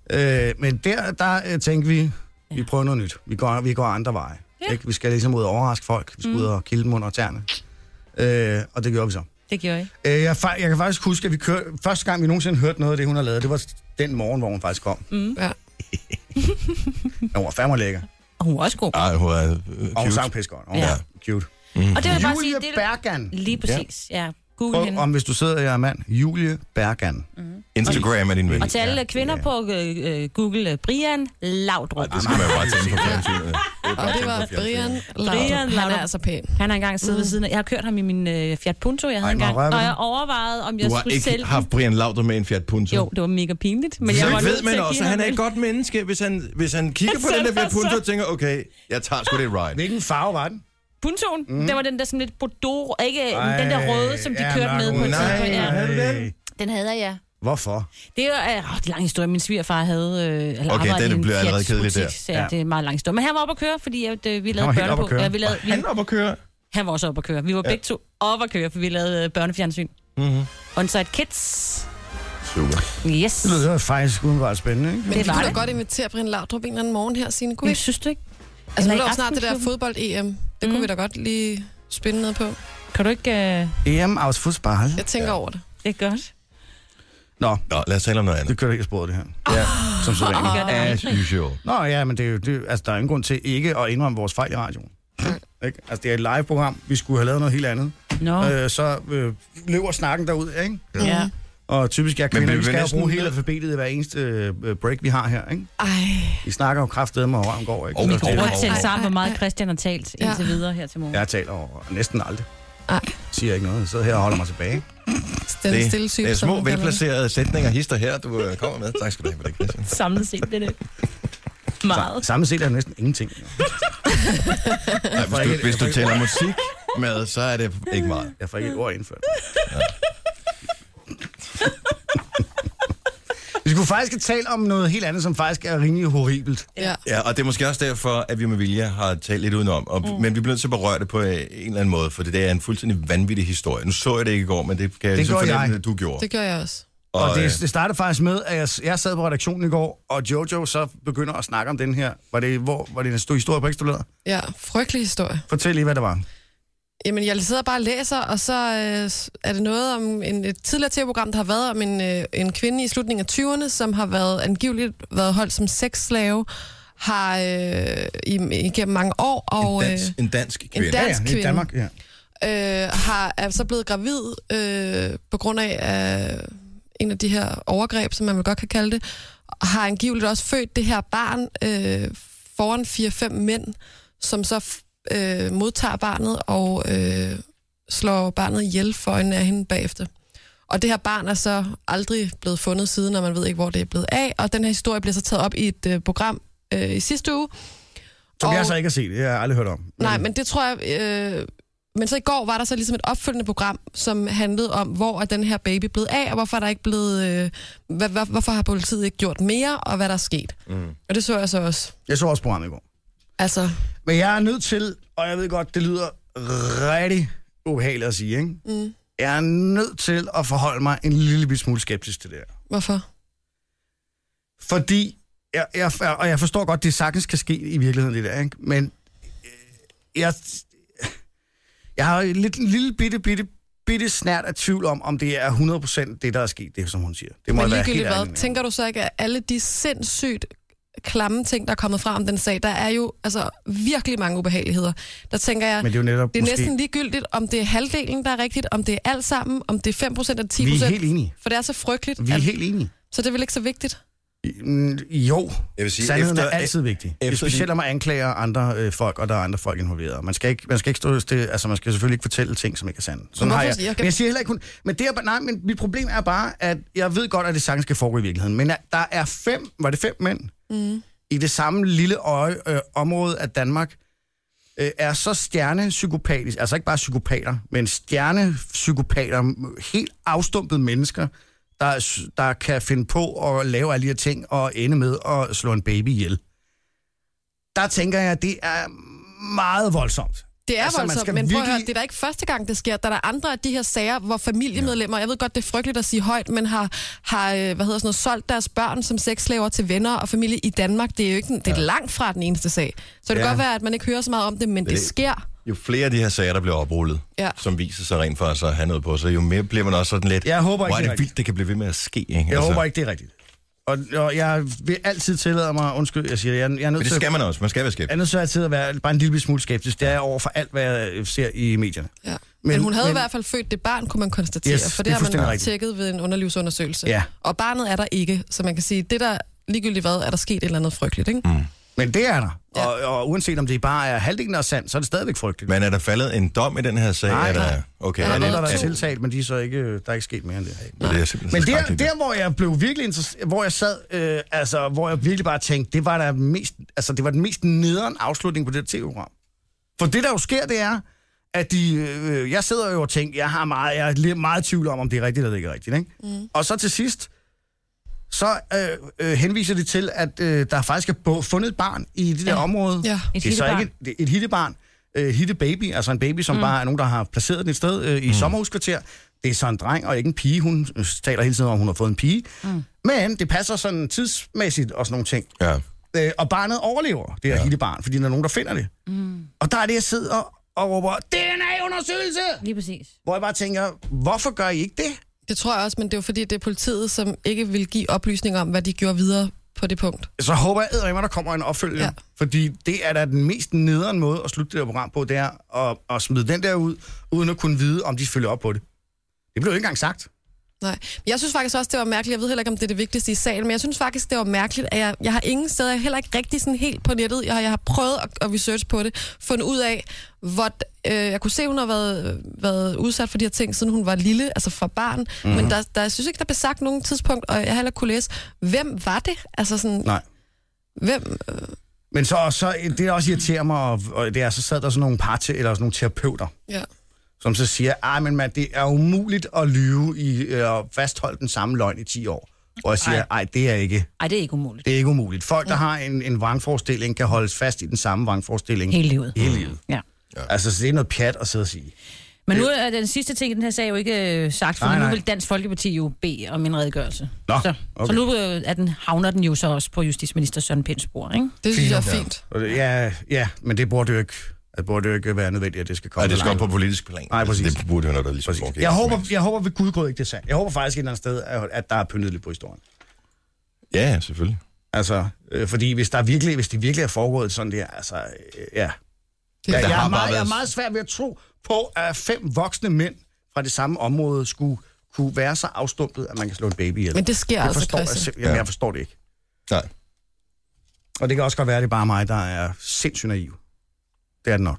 Speaker 2: Øh, men der, der øh, tænkte vi, vi prøver noget nyt. Vi går, vi går andre veje.
Speaker 3: Ja.
Speaker 2: Ja. Ikke? Vi skal ligesom ud og overraske folk. Vi skal mm. ud og kilde dem under tæerne. Øh, og det gjorde vi så.
Speaker 3: Det gjorde jeg.
Speaker 2: Øh, jeg, fa- jeg kan faktisk huske, at vi kørte, første gang, vi nogensinde hørte noget af det, hun har lavet, det var den morgen, hvor hun faktisk kom. Mm.
Speaker 4: Ja.
Speaker 2: Hun var fandme lækker.
Speaker 3: Og hun var også god.
Speaker 1: Ej, hun er øh,
Speaker 2: Og hun
Speaker 1: cute.
Speaker 2: sang pissegodt. Hun
Speaker 3: Ja.
Speaker 2: var cute.
Speaker 3: Og det vil jeg bare sige,
Speaker 2: Julie
Speaker 3: det er
Speaker 2: Bergan.
Speaker 3: Lige præcis, ja. Google
Speaker 2: Prøv,
Speaker 3: hende.
Speaker 2: om hvis du sidder her, mand. Julie Bergan. Mm.
Speaker 1: Instagram er din ven.
Speaker 3: Og til alle kvinder på øh, øh, Google, øh, Brian Laudrup.
Speaker 1: Det skal man bare tænde på fjernsynet.
Speaker 4: Og det var Brian
Speaker 3: Brian
Speaker 4: Laudrup. Han
Speaker 3: Laudrup.
Speaker 4: er altså pæn.
Speaker 3: Han har engang siddet ved siden af. Jeg har kørt ham i min øh, Fiat Punto, jeg havde
Speaker 2: Ej,
Speaker 3: engang.
Speaker 2: hvor rører vi
Speaker 3: Og
Speaker 2: den.
Speaker 3: jeg overvejede, om jeg
Speaker 1: Du har
Speaker 3: skulle
Speaker 1: ikke
Speaker 3: sælge
Speaker 1: haft Brian Lauter med en Fiat Punto.
Speaker 3: Jo, det var mega pinligt. Men
Speaker 1: så
Speaker 3: jeg var
Speaker 1: ved
Speaker 3: nødt til
Speaker 1: man
Speaker 3: at
Speaker 1: også,
Speaker 3: give
Speaker 1: at han
Speaker 3: ham
Speaker 1: er et
Speaker 3: en-
Speaker 1: godt menneske, hvis han, hvis han kigger på
Speaker 3: Så
Speaker 1: den der Fiat
Speaker 3: var
Speaker 1: Punto
Speaker 3: så-
Speaker 1: og tænker, okay, jeg tager sgu det ride.
Speaker 2: Hvilken farve var den?
Speaker 3: Puntoen, mm. det var den der sådan lidt Bordeaux, ikke Ej, den der
Speaker 2: Ej,
Speaker 3: røde, som de
Speaker 2: ja,
Speaker 3: kørte med på et
Speaker 2: mørkerød.
Speaker 3: tidspunkt.
Speaker 1: Nej.
Speaker 3: Ja.
Speaker 1: Havde du den?
Speaker 3: Den havde jeg, ja.
Speaker 2: Hvorfor?
Speaker 3: Det er øh, åh, det er en lang historie. Min svigerfar havde... Øh, eller
Speaker 1: Okay,
Speaker 3: arbejdede
Speaker 1: den
Speaker 3: i en
Speaker 1: bliver allerede
Speaker 3: Fiats
Speaker 1: kedelig der.
Speaker 3: butik, Så ja. det er en meget lang historie. Men han var oppe at køre, fordi at, øh, vi lavede
Speaker 2: var helt
Speaker 3: børne
Speaker 2: oppe
Speaker 3: på.
Speaker 2: at køre.
Speaker 3: Ja, vi lavede, vi,
Speaker 1: Han er oppe at køre.
Speaker 3: han var også oppe at køre. Vi var ja. begge to oppe at køre, for vi lavede øh, børnefjernsyn. Mm-hmm.
Speaker 2: Mhm.
Speaker 3: Onside Kids.
Speaker 1: Super.
Speaker 3: Yes.
Speaker 2: Det lyder faktisk udenbart spændende, ikke?
Speaker 4: Men
Speaker 3: Det
Speaker 4: det vi
Speaker 3: var
Speaker 4: kunne
Speaker 3: det.
Speaker 4: da godt invitere Brian Laudrup en eller anden morgen her, Signe. Kunne vi
Speaker 3: Jeg
Speaker 4: ikke?
Speaker 3: synes du ikke?
Speaker 4: Altså, nu er
Speaker 3: Eller
Speaker 4: der
Speaker 3: i
Speaker 4: jo snart det der
Speaker 3: Aftenklubben. Mm.
Speaker 4: fodbold-EM. Det kunne vi da godt lige spille noget på.
Speaker 3: Kan du ikke... Øh,
Speaker 2: EM E aus Fußball.
Speaker 4: Jeg tænker over det.
Speaker 3: det er godt.
Speaker 2: Nå,
Speaker 1: Nå, lad os tale om noget andet.
Speaker 2: det kører ikke af sporet, det her. Ja. Som så længe.
Speaker 1: As usual.
Speaker 2: Nå ja, men det er jo, det, er- altså, der er ingen grund til ikke at indrømme vores fejl i radioen. Ikke? Altså, det er et live-program. Vi skulle have lavet noget helt andet.
Speaker 3: Nå.
Speaker 2: Oh.
Speaker 3: Øh,
Speaker 2: Øh, så øh, løber snakken derud, ikke?
Speaker 3: ja.
Speaker 4: Mm.
Speaker 2: Og typisk jeg kvinder,
Speaker 1: bliver
Speaker 2: vi
Speaker 1: vi
Speaker 2: skal jo
Speaker 1: næsten
Speaker 2: bruge hele
Speaker 1: nødt-
Speaker 2: alfabetet i hver eneste øh, break, vi har her, ikke?
Speaker 4: Ej,
Speaker 2: Vi snakker jo kraftedeme over, om går, ikke?
Speaker 1: Og vi
Speaker 2: Så
Speaker 1: går
Speaker 2: det-
Speaker 1: over
Speaker 3: Prøv at tælle
Speaker 4: Ej,
Speaker 3: sammen, hvor
Speaker 4: ej,
Speaker 3: meget
Speaker 4: ej.
Speaker 3: Christian har talt
Speaker 4: Ja.
Speaker 3: indtil videre her til morgen.
Speaker 2: Jeg taler over næsten aldrig.
Speaker 4: ej.
Speaker 2: Siger ikke noget. Jeg sidder her og holder mig tilbage.
Speaker 4: Den
Speaker 1: Det,
Speaker 4: stille
Speaker 1: det
Speaker 4: type,
Speaker 1: er
Speaker 4: som
Speaker 1: små
Speaker 4: man kalder det.
Speaker 1: velplacerede sætninger hister her, du øh, kommer med. Tak skal du have for det, Christian.
Speaker 3: Samlet set bliver det meget.
Speaker 2: Samlet set er det næsten ingenting.
Speaker 1: Nej, hvis, du, hvis du tæller musik med, så er det ikke meget.
Speaker 2: Jeg får ikke et ord indført. Vi skulle faktisk have talt om noget helt andet, som faktisk er rimelig horribelt.
Speaker 4: Ja.
Speaker 1: Ja, og det er måske også derfor, at vi med vilje har talt lidt udenom. Og, mm. Men vi bliver nødt til at berøre det på øh, en eller anden måde, for det der er en fuldstændig vanvittig historie. Nu så jeg det ikke i går, men det kan jeg ligesom
Speaker 2: gjorde
Speaker 1: fornemme,
Speaker 2: jeg.
Speaker 1: at du gjorde.
Speaker 4: Det gør jeg også.
Speaker 2: Og, og
Speaker 1: øh,
Speaker 2: det, det startede faktisk med, at jeg, jeg sad på redaktionen i går, og Jojo så begynder at snakke om den her. Var det, hvor, var det en stor historie på Ekstrabladet?
Speaker 4: Ja, frygtelig historie.
Speaker 2: Fortæl lige, hvad det var.
Speaker 4: Jamen, jeg sidder bare og læser, og så øh, s- er det noget om en, et tidligere tv-program, der har været om en, øh, en kvinde i slutningen af 20'erne, som har været angiveligt været holdt som sexslave har øh, i, igennem mange år, og
Speaker 1: en,
Speaker 4: øh,
Speaker 1: dansk, en dansk kvinde.
Speaker 4: dansk-
Speaker 2: ja, det er
Speaker 4: kvinde.
Speaker 2: i Danmark, ja.
Speaker 4: øh, har, er så blevet gravid øh, på grund af øh, en af de her overgreb, som man vel godt kan kalde det, har angiveligt også født det her barn øh, foran 4-5 mænd, som så f- øh, modtager barnet og øh, slår barnet ihjel for øjnene af hende bagefter. Og det her barn er så aldrig blevet fundet siden, og man ved ikke, hvor det er blevet af. Og den her historie bliver så taget op i et øh, program øh, i sidste uge,
Speaker 2: Som og... jeg
Speaker 4: Og-
Speaker 2: så ikke har set. Det har jeg aldrig hørt om.
Speaker 4: Nej, men det tror jeg... Øh, men så i går var der så ligesom et opfølgende program, som handlede om, hvor er den her baby blevet af, og hvorfor er der ikke blevet... Øh, hvad, hvad, hvorfor har politiet ikke gjort mere, og hvad der er sket. Mm. Og det så jeg så også.
Speaker 2: Jeg så også programmet i går.
Speaker 4: Altså,
Speaker 2: Men jeg er nødt til, og jeg ved godt, det lyder rigtig ubehageligt at sige, ikke? Mm. Jeg er nødt til at forholde mig en lille bit smule skeptisk til det her.
Speaker 4: hvorfor?
Speaker 2: Fordi, jeg, jeg, og jeg forstår godt, det sagtens kan ske i virkeligheden, det der, ikke? Men øh, jeg, jeg har lidt, en lille bitte, bitte, bitte snært af tvivl om, om det er 100% det, der er sket, det som hun siger. Det må
Speaker 4: Men
Speaker 2: jeg være helt
Speaker 4: ligegyldigt
Speaker 2: ærlig
Speaker 4: hvad,
Speaker 2: med.
Speaker 4: tænker du så ikke, at alle de sindssygt klamme ting, der er kommet frem om den sag, der er jo altså virkelig mange ubehageligheder. Der tænker jeg,
Speaker 2: Men det er jo netop
Speaker 4: det er
Speaker 2: måske-
Speaker 4: næsten ligegyldigt, om det er halvdelen, der er rigtigt, om det er alt sammen, om det er 5% eller 10%.
Speaker 2: Vi er helt enige.
Speaker 4: For det er så frygteligt,
Speaker 2: Vi er
Speaker 4: at,
Speaker 2: helt enige.
Speaker 4: så det er vel ikke så vigtigt?
Speaker 2: Mm, Jo,
Speaker 1: Jeg vil sige,
Speaker 2: sandheden
Speaker 1: efter-
Speaker 2: er altid vigtig.
Speaker 1: efter
Speaker 2: Efter specielt
Speaker 1: de-
Speaker 2: når man anklager andre øh, folk, og der er andre folk involveret. Man skal ikke, man skal ikke stå til, altså man skal selvfølgelig ikke fortælle ting, som ikke er sande. Sådan
Speaker 4: hvorfor
Speaker 2: har jeg,
Speaker 4: siger jeg-
Speaker 2: men jeg siger heller ikke kun, men, det er, bare- nej, men mit problem er bare, at jeg ved godt, at det sagtens skal foregå i virkeligheden, men at der er fem, var det fem mænd? Mm. i det samme lille øje, øh, område af Danmark, øh, er så stjernepsykopatisk, altså ikke bare psykopater, men stjernepsykopater, m- helt afstumpede mennesker, der, s- der kan finde på at lave alle de her ting og ende med at slå en baby ihjel. Der tænker jeg, at det er meget voldsomt.
Speaker 5: Det er
Speaker 2: Altså,
Speaker 5: altså,
Speaker 2: man
Speaker 5: voldsomt,
Speaker 2: skal
Speaker 5: men virkelig... prøv at
Speaker 2: virkelig-
Speaker 5: høre, det er da ikke første gang, det sker. Der er der andre af de her sager, hvor familiemedlemmer, jeg ved godt, det er frygteligt at sige højt, men har, har øh, hvad hedder sådan noget, solgt deres børn som sexslaver til venner og familie i Danmark. Det er jo ikke, den- det er langt fra den eneste sag. Så det
Speaker 1: Ja.
Speaker 5: kan godt være, at man ikke hører så meget om det, men det,
Speaker 1: Det-
Speaker 5: det sker.
Speaker 1: Jo flere af de her sager, der bliver oprullet,
Speaker 5: Ja.
Speaker 1: som viser sig rent faktisk at have noget på sig, jo mere bliver man også sådan lidt...
Speaker 2: Jeg håber ikke,
Speaker 1: Hvor er
Speaker 2: det
Speaker 1: det
Speaker 2: er
Speaker 1: vildt, det kan blive ved med at ske, ikke?
Speaker 2: Jeg altså... håber ikke, det er rigtigt. Og, og jeg vil altid tillade mig, undskyld, jeg siger, det, jeg, jeg er
Speaker 1: Men
Speaker 2: nødt
Speaker 1: det
Speaker 2: til at
Speaker 1: skal man også. Man skal være skeptisk.
Speaker 2: Andet så er jeg altid at være bare en lille smule skeptisk. Det er jeg over for alt, hvad jeg øh, ser i medierne.
Speaker 5: Ja.
Speaker 2: Men-
Speaker 5: Men, men hun havde
Speaker 2: men-
Speaker 5: men... i hvert fald født det barn, kunne man konstatere,
Speaker 2: Yes,
Speaker 5: yes, for
Speaker 2: det
Speaker 5: det,
Speaker 2: er
Speaker 5: har man
Speaker 2: fuldstændig rigtigt.
Speaker 5: tjekket ved en underlivsundersøgelse.
Speaker 2: Ja.
Speaker 5: Og barnet er der ikke, så man kan sige, det der ligegyldigt hvad, er der sket et eller andet frygteligt, ikke? Mm.
Speaker 2: Men det er der. Ja.
Speaker 5: Ja.
Speaker 2: Og, og uanset om det bare er halvdelen af sandt, så er det stadigvæk frygteligt. Men,
Speaker 1: Men er der faldet en dom i den her sag?
Speaker 2: Nej,
Speaker 1: er der...
Speaker 2: nej.
Speaker 1: Okay,
Speaker 5: Der
Speaker 2: der
Speaker 1: er
Speaker 2: er
Speaker 5: har
Speaker 1: det,
Speaker 2: nogen, der
Speaker 1: er
Speaker 2: har været
Speaker 5: to.
Speaker 2: tiltalt, men de er så ikke, øh, der er ikke sket mere end det.
Speaker 1: det er simpelthen
Speaker 2: Men
Speaker 1: så
Speaker 2: der,
Speaker 1: skrækkeligt.
Speaker 2: der, hvor jeg blev virkelig interesseret, hvor jeg sad, øh, altså, hvor jeg virkelig bare tænkte, det var, der mest, altså, det var den mest nederen afslutning på det her tv-program. For det, der jo sker, det er, at de, øh, jeg sidder jo og tænker, jeg har meget, jeg er lidt meget i tvivl om, om det er rigtigt eller det ikke er rigtigt. Ikke? Mm. Og så til sidst, så øh, øh, henviser de til, at øh, der faktisk er bo- fundet et barn i det der ja. område.
Speaker 5: Ja.
Speaker 2: Et
Speaker 3: Et
Speaker 2: det er så
Speaker 3: hittebarn.
Speaker 2: ikke et, det er et hittebarn. Øh, hitte baby, altså en baby, som mm. bare er nogen, der har placeret den et sted øh, i mm. sommerhuskvarter. Det er så en dreng og ikke en pige. Hun øh, taler hele tiden om, at hun har fået en pige. Mm. Men det passer sådan tidsmæssigt og sådan nogle ting.
Speaker 1: Ja.
Speaker 2: Øh, og barnet overlever, det her ja. hittebarn, fordi der er nogen, der finder det. Mm. Og der er det, jeg sidder og råber, DNA-undersøgelse!
Speaker 3: Lige præcis.
Speaker 2: Hvor jeg bare tænker, hvorfor gør I ikke det?
Speaker 5: Det tror jeg også, men det er jo fordi, det er politiet, som ikke vil give oplysninger om, hvad de gjorde videre på det punkt.
Speaker 2: Så håber jeg, eddermame, at der kommer en opfølger. Ja.
Speaker 5: Ja.
Speaker 2: Fordi det er da den mest nederen måde at slutte det der program på, det er at, at smide den der ud, uden at kunne vide, om de følger op på det. Det blev jo ikke engang sagt.
Speaker 5: Nej. Men Jeg synes faktisk også, det var mærkeligt. Jeg ved heller ikke, om det er det vigtigste i sagen, men jeg synes faktisk, det var mærkeligt, at jeg, jeg har ingen steder, jeg er heller ikke rigtig sådan helt på nettet. Jeg har, jeg har prøvet at, at researche på det, fundet ud af, hvor øh, jeg kunne se, hun har været, været udsat for de her ting, siden hun var lille, altså fra barn.
Speaker 2: Mhm.
Speaker 5: Mm. Men der, der, jeg synes ikke, der blev sagt nogen tidspunkt, og jeg har heller ikke kunne læse, hvem var det? Altså sådan,
Speaker 2: Nej.
Speaker 5: hvem, øh,
Speaker 2: Men så, så det, der også irriterer mig, og, og det er, så sad der sådan nogle par til, eller sådan nogle terapeuter,
Speaker 5: ja.
Speaker 2: som så siger, ej, men mand, det er umuligt at lyve i, øh, og fastholde den samme løgn i 10 år. Og jeg siger, ej, det er ikke,
Speaker 3: Ej, det er ikke umuligt.
Speaker 2: det er ikke umuligt. Folk, der har en, en vrangforestilling, kan holdes fast i den samme vrangforestilling.
Speaker 3: Hele livet.
Speaker 2: Hele livet.
Speaker 3: Ja.
Speaker 2: Altså, så det er noget pjat at sidde og sige.
Speaker 3: Men nu er den sidste ting i den her sag jo ikke øh, sagt, for
Speaker 2: Øh. Nej,
Speaker 3: nu
Speaker 2: nej.
Speaker 3: vil Dansk Folkeparti jo bede om en redegørelse.
Speaker 2: Nå,
Speaker 3: så, så
Speaker 2: okay.
Speaker 3: nu øh, er den, havner den jo så også på justitsminister Søren Pinds bord, ikke?
Speaker 5: Det synes jeg er fint.
Speaker 2: Og det- Ja, ja, men det burde jo ikke, det burde jo ikke være nødvendigt, at det skal komme.
Speaker 1: Og det skal op
Speaker 2: langt.
Speaker 1: på politisk plan.
Speaker 2: Nej, præcis.
Speaker 1: Altså, det burde jo noget, der ligesom
Speaker 2: Præcis.
Speaker 1: foregik.
Speaker 2: Jeg håber, jeg håber ved Gud grød ikke det er sandt. Jeg håber faktisk et eller andet sted, at at der er pyntet lidt på historien.
Speaker 1: Ja, selvfølgelig.
Speaker 2: Altså, øh, fordi hvis, der er virkelig, hvis det virkelig er foregået sådan der, altså, øh, ja.
Speaker 5: Det
Speaker 2: Jeg,
Speaker 1: der har
Speaker 2: jeg, er
Speaker 1: bare
Speaker 2: meget, jeg er
Speaker 1: været-
Speaker 2: meget svært ved at tro på, at fem voksne mænd fra det samme område skulle kunne være så afstumpet, at man kan slå en baby ihjel.
Speaker 5: Men det sker
Speaker 2: jeg
Speaker 5: altså,
Speaker 2: forstår, jeg,
Speaker 5: Christian.
Speaker 2: simpelthen- jamen, jeg forstår det ikke.
Speaker 1: Nej.
Speaker 2: Og det kan også godt være, at det er bare mig, der er sindssygt naiv. Det er det nok.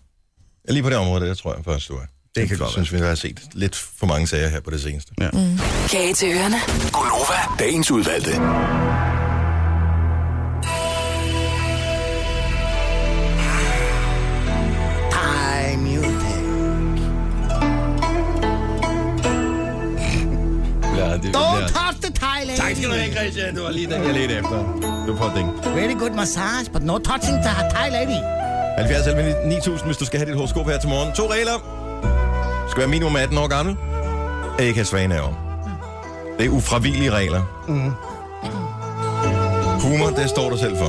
Speaker 1: Lige på det område, der tror jeg faktisk, du er.
Speaker 2: Det kan godt
Speaker 1: synes, vi har set lidt for mange sager her på det seneste.
Speaker 7: Kage til ørerne.
Speaker 10: Gonova, dagens udvalgte.
Speaker 2: Ej, music.
Speaker 1: Ja, det,
Speaker 9: Don't touch the Thai lady.
Speaker 1: Tak skal du have, Christian. Det var lige den, jeg ledte efter. Du får den.
Speaker 9: Very good massage, but no touching the Thai lady.
Speaker 1: 70 11 9000, hvis du skal have dit horoskop her til morgen. To regler. Du skal være minimum 18 år gammel. Ikke have svage nerver. Det er ufravigelige regler. Humor, det står du selv for.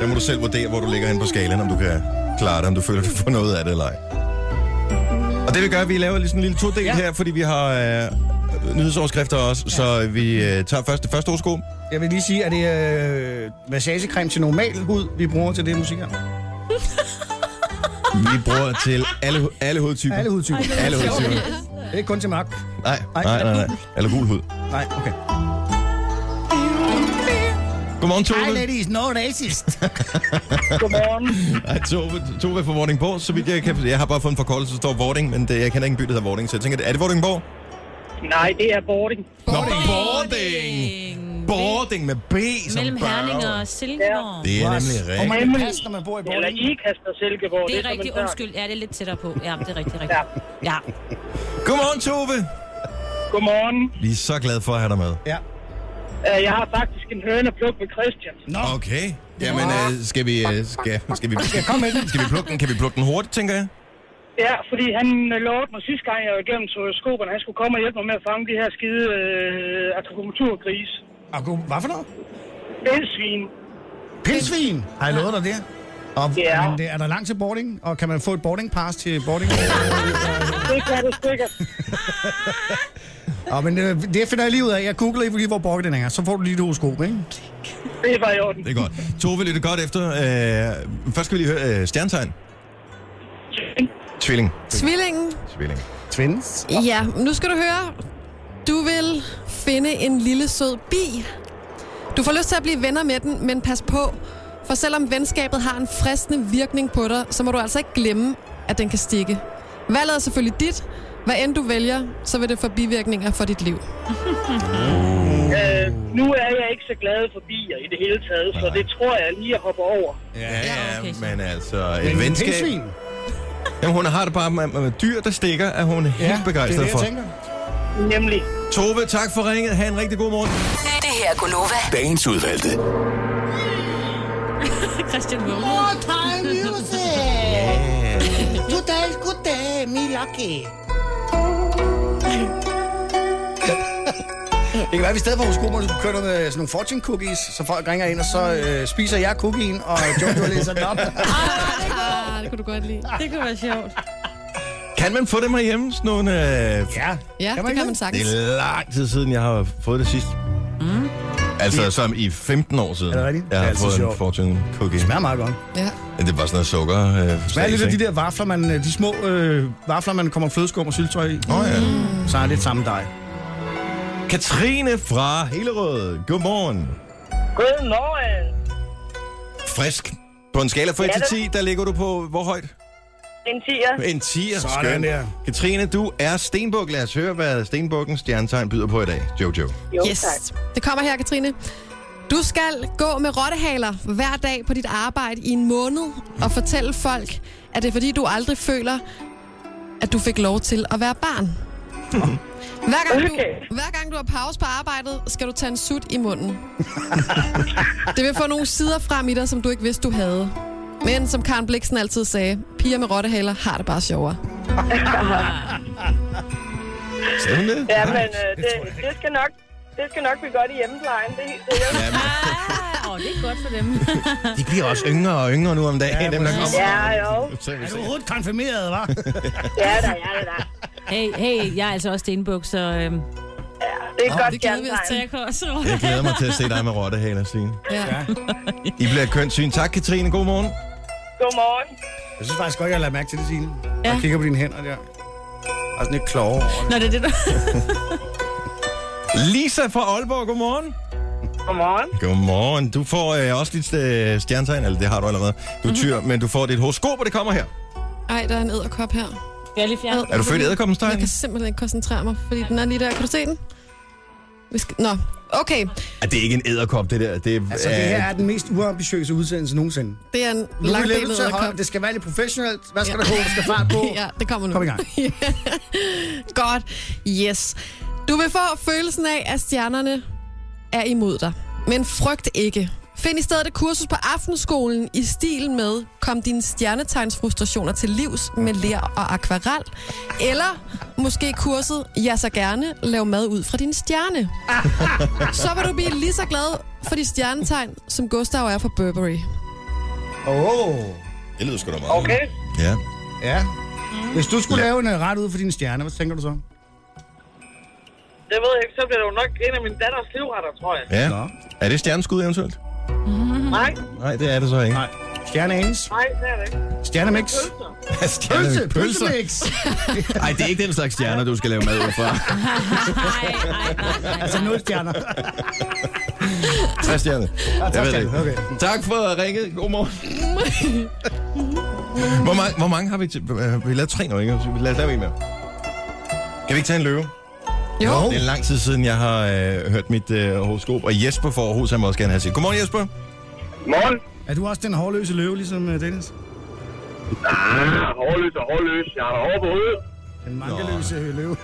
Speaker 1: Der må du selv vurdere, hvor du ligger hen på skalaen, om du kan klare det, om du føler, du får noget af det eller ej. Og det vi gør, at vi laver lige sådan en lille todel ja. her, fordi vi har øh, nyhedsoverskrifter også, ja. så vi øh, tager først det første horoskop.
Speaker 2: Jeg vil lige sige, at det er øh, massagecreme til normal hud, vi bruger til det musik her.
Speaker 1: Vi bruger til alle, alle hovedtyper.
Speaker 2: Alle hudtyper.
Speaker 1: Alle hovedtyper.
Speaker 2: Det er ikke kun til mark.
Speaker 1: Nej, nej, nej, nej. Eller gul hud.
Speaker 2: Nej, okay.
Speaker 1: Godmorgen, Tove.
Speaker 2: Hi ladies, no racist.
Speaker 11: Godmorgen.
Speaker 1: Hej, Tove. Tove fra Vordingborg. Så vidt jeg kan... Jeg har bare fået en forkortelse, der står Vording, men det, jeg kender ikke en by, der hedder Vording, så jeg tænker, er det Vordingborg?
Speaker 11: Nej, det er boarding.
Speaker 1: Nå, Vording! boarding med B som
Speaker 3: Mellem
Speaker 1: børge.
Speaker 3: Herning og Silkeborg.
Speaker 1: Det er
Speaker 2: Yes.
Speaker 1: nemlig
Speaker 2: Og
Speaker 1: rigtigt.
Speaker 2: man kan passe, når man bor i
Speaker 11: Eller
Speaker 2: Borgen.
Speaker 11: Ikast og Silkeborg.
Speaker 3: Det
Speaker 11: som
Speaker 3: er
Speaker 11: en
Speaker 3: rigtig
Speaker 11: dør.
Speaker 3: undskyld. Ja, det er lidt tættere på. Ja, det er rigtig rigtigt. Ja.
Speaker 1: Godmorgen, Tove.
Speaker 11: Godmorgen.
Speaker 1: Vi er så glade for at have dig med.
Speaker 2: Ja.
Speaker 11: Øh, Jeg har faktisk en høne at plukke med Christian.
Speaker 1: Okay. Jamen, øh, skal vi... Øh, skal, skal vi
Speaker 2: Kom med den.
Speaker 1: skal vi plukke den? Kan vi plukke den hurtigt, tænker jeg?
Speaker 11: Ja, fordi han øh, lovede mig sidste gang, jeg var igennem skoberne, han skulle komme og hjælpe mig med at fange de her skide øh, akupunkturgris.
Speaker 2: Og god, hvad for noget?
Speaker 11: Elsvin.
Speaker 2: Pindsvin. Har jeg lovet dig det? Og,
Speaker 11: Ja.
Speaker 2: men øh, det, er der langt til boarding? Og kan man få et boarding pass til boarding?
Speaker 11: Det kan det sikkert.
Speaker 2: Ja, men øh, det finder jeg lige ud af. Jeg googlede lige, hvor boarding er. Så får du lige et horoskop, ikke?
Speaker 11: Det var i orden.
Speaker 1: Det er godt. Tove, lytte godt efter. Øh, først skal vi lige høre øh, stjernetegn. Tvilling.
Speaker 4: Tvillingen.
Speaker 1: Tvilling.
Speaker 2: Twins.
Speaker 4: Ja, nu skal du høre. Du vil finde en lille sød bi. Du får lyst til at blive venner med den, men pas på. For selvom venskabet har en fristende virkning på dig, så må du altså ikke glemme, at den kan stikke. Valget er selvfølgelig dit. Hvad end du vælger, så vil det få bivirkninger for dit liv.
Speaker 11: Øh, nu er jeg ikke så glad for bier i det hele taget, så
Speaker 1: Nej.
Speaker 11: det tror jeg lige at hoppe over.
Speaker 1: Ja, ja,
Speaker 3: okay, så.
Speaker 1: men altså... Et
Speaker 2: Men
Speaker 1: venskab...
Speaker 2: Pindsvin.
Speaker 1: Jamen, hun har det bare med, med dyr, der stikker, er hun helt
Speaker 2: Ja, det er
Speaker 1: begejstret
Speaker 2: det,
Speaker 1: for.
Speaker 2: jeg tænker.
Speaker 11: Nemlig.
Speaker 1: Tove, tak for ringet. Ha' en rigtig god morgen.
Speaker 7: Det her er Gunova.
Speaker 12: Dagens udvalgte.
Speaker 3: Christian Vågen.
Speaker 8: More time music. Goddag, goddag, mi lucky.
Speaker 2: Det kan være, at vi i stedet for horoskoperne skulle køre noget med sådan nogle fortune cookies, så folk ringer ind, og så øh, spiser jeg cookien, og Jojo læser den op.
Speaker 4: Ah, det kunne du godt lide.
Speaker 3: Det kunne være sjovt.
Speaker 1: Kan man få dem herhjemme? Sådan nogle, øh,
Speaker 2: Ja,
Speaker 4: Ja, det kan man
Speaker 1: Det
Speaker 4: sagtens.
Speaker 1: er lang tid siden, jeg har fået det sidst. Mm. Altså, som i 15 år siden.
Speaker 2: Er det rigtigt?
Speaker 1: Jeg har
Speaker 2: Det er altid
Speaker 1: fået en
Speaker 2: sjovt.
Speaker 1: fortune cookie.
Speaker 2: Det smager meget godt.
Speaker 4: Ja.
Speaker 1: Det var sådan noget sukker. Øh,
Speaker 2: Smager lidt af de
Speaker 1: der?
Speaker 2: der vafler, man, øh, de små øh, vafler, man kommer flødeskum og syltøj i. Mm.
Speaker 1: Nå ja.
Speaker 2: Så er det lidt samme dej.
Speaker 1: Katrine fra Hillerød. Godmorgen.
Speaker 11: Godmorgen.
Speaker 1: Frisk. På en skala fra 1
Speaker 11: Ja,
Speaker 1: til 10, der ligger du på hvor højt?
Speaker 11: En tiger.
Speaker 1: En 10.
Speaker 2: Sådan der.
Speaker 1: Katrine, du er stenbuk. Lad os høre, hvad stenbukkens stjernetegn byder på i dag. Jojo.
Speaker 11: Jo,
Speaker 4: Yes.
Speaker 11: tak.
Speaker 4: Det kommer her, Katrine. Du skal gå med rottehaler hver dag på dit arbejde i en måned og fortælle folk, at det er fordi, du aldrig føler, at du fik lov til at være barn. Hver gang, du,
Speaker 11: Okay.
Speaker 4: hver gang du har pause på arbejdet, skal du tage en sut i munden. Det vil få nogle sider frem i dig, som du ikke vidste, du havde. Men som Karen Bliksen altid sagde, piger med rottehaler har det bare sjovere.
Speaker 1: Sagde hun det?
Speaker 11: Ja, men øh, det, det, skal nok, det skal nok blive godt i hjemmeplejen. Det er helt sikkert.
Speaker 1: Ja, men
Speaker 3: Ah, åh, det er godt for dem.
Speaker 1: de bliver også yngre og yngre nu om dagen,
Speaker 2: Ja,
Speaker 1: dem der
Speaker 2: præcis.
Speaker 1: kommer.
Speaker 11: Ja, jo.
Speaker 1: Så kan vi
Speaker 2: Er du
Speaker 1: se.
Speaker 2: overhovedet konfirmeret, hva'?
Speaker 11: Ja, da, ja, da, da.
Speaker 3: Hey, hey, jeg er altså også stenbuk, så, øhm,
Speaker 11: Det er et godt
Speaker 4: det glæder vi altså os
Speaker 3: så
Speaker 11: stjernetegn.
Speaker 3: jeg kan også...
Speaker 1: Jeg glæder mig til at se dig med rottehaler, Signe.
Speaker 4: Ja.
Speaker 1: I bliver et kønt syn. Tak, Katrine. God morgen.
Speaker 11: Godmorgen.
Speaker 2: Jeg synes faktisk godt, jeg har lagt mærke til det, Signe.
Speaker 3: Ja.
Speaker 2: Jeg kigger på dine hænder der. Og sådan lidt klogere.
Speaker 3: Nå, det er det, der...
Speaker 1: Lisa fra Aalborg, godmorgen.
Speaker 11: Godmorgen.
Speaker 1: Godmorgen. Du får øh, også dit øh, stjernetegn, eller det har du allerede. Du er tyr, men du får dit horoskop, og det kommer her.
Speaker 4: Ej, der er en æderkop her.
Speaker 3: Skal jeg lige fjerne?
Speaker 1: Er du født i æderkoppens
Speaker 4: Jeg
Speaker 1: tegn?
Speaker 4: kan simpelthen ikke koncentrere mig, fordi den er lige der. Kan du se den? Vi skal... Nå, okay.
Speaker 1: Ah, det er ikke en æderkop, det der. Det er, øh,
Speaker 2: Altså, det her er den mest uambitiøse udsendelse nogensinde. Nu
Speaker 4: Det er en
Speaker 2: er vi lidt
Speaker 4: langbenet
Speaker 2: nødt til at holde-
Speaker 4: æderkop.
Speaker 2: Det skal være lidt professionelt. Hvad skal der på? Der skal fart på.
Speaker 4: Ja, det kommer nu.
Speaker 2: Kom i gang.
Speaker 4: Godt. Yes. Du vil få følelsen af, at stjernerne er imod dig. Men frygt ikke. Find i stedet et kursus på aftenskolen i stil med Kom dine stjernetegnsfrustrationer til livs med ler og akvarel. Eller måske kurset Jeg så gerne lav mad ud fra din stjerne. Så vil du blive lige så glad for de stjernetegn, som Gustav er for Burberry.
Speaker 2: Åh. oh,
Speaker 1: Det lyder sgu da meget.
Speaker 11: Okay.
Speaker 1: Ja.
Speaker 2: Ja. Hvis du skulle
Speaker 1: Ja.
Speaker 2: lave en øh, ret ud for dine stjerner, hvad tænker du så?
Speaker 11: Det ved jeg ikke, så bliver det jo nok en af min datters livretter, tror jeg.
Speaker 1: ja.
Speaker 2: Nå.
Speaker 1: Er det stjerneskud eventuelt?
Speaker 8: Mm.
Speaker 11: Nej,
Speaker 1: Nej, det er det så ikke.
Speaker 2: Nej. Stjerneangs.
Speaker 11: nej, det er det ikke.
Speaker 2: Stjernemix.
Speaker 11: Pølser.
Speaker 1: Stjerne-
Speaker 2: Pølse. Pølsemix.
Speaker 1: Ej, det er ikke den slags stjerner, du skal lave mad ud fra.
Speaker 3: Nej, nej, nej.
Speaker 2: altså nul stjerner.
Speaker 1: Tre stjerner. Jeg ved det ikke.
Speaker 2: Okay.
Speaker 1: Tak for ringet. God morgen. hvor, mange, hvor mange har vi til? øh, Vi har lavet tre nu, ikke? Vi lader lave en mere. Kan vi ikke tage en løve?
Speaker 4: Jo.
Speaker 1: Det er lang tid siden, jeg har øh, hørt mit øh, horoskop, og Jesper fra Aarhus, han må også gerne have sit. Godmorgen, Jesper.
Speaker 11: Morgen.
Speaker 2: Er du også den hårløse løve, ligesom øh, Dennis?
Speaker 11: Ah, hårløs og hårløs. Jeg har hår på hovedet.
Speaker 2: Den mankeløse øh, løve.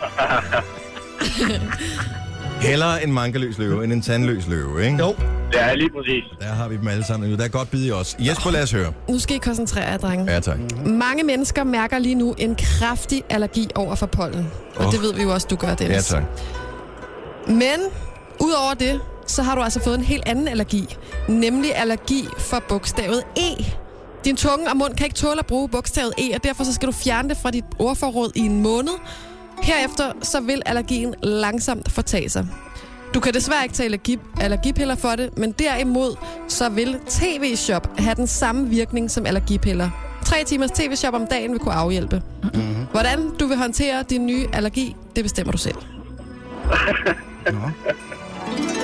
Speaker 1: Hellere en mankeløs løve, end en tandløs løve, ikke? Jo.
Speaker 11: Ja, lige præcis.
Speaker 1: Der har vi dem alle sammen nu. Der er godt bid i os. Jesper, lad os høre.
Speaker 4: Nu skal I koncentrere jer, drenge.
Speaker 1: Ja, tak.
Speaker 5: Mhm.
Speaker 4: Mange mennesker mærker lige nu en kraftig allergi over for pollen. Og
Speaker 1: Åh.
Speaker 4: det ved vi jo også, du gør,
Speaker 1: Ja,
Speaker 4: Dennis.
Speaker 1: tak.
Speaker 4: Men udover det, så har du altså fået en helt anden allergi. Nemlig allergi for bogstavet E. Din tunge og mund kan ikke tåle at bruge bogstavet E, og derfor så skal du fjerne det fra dit ordforråd i en måned. Herefter så vil allergien langsomt fortage sig. Du kan desværre ikke tage allergi, allergipiller for det, men derimod så vil TV-shop have den samme virkning som allergipiller. Tre timers TV-shop om dagen vil kunne afhjælpe. Mm-hmm. Hvordan du vil håndtere din nye allergi, det bestemmer du selv.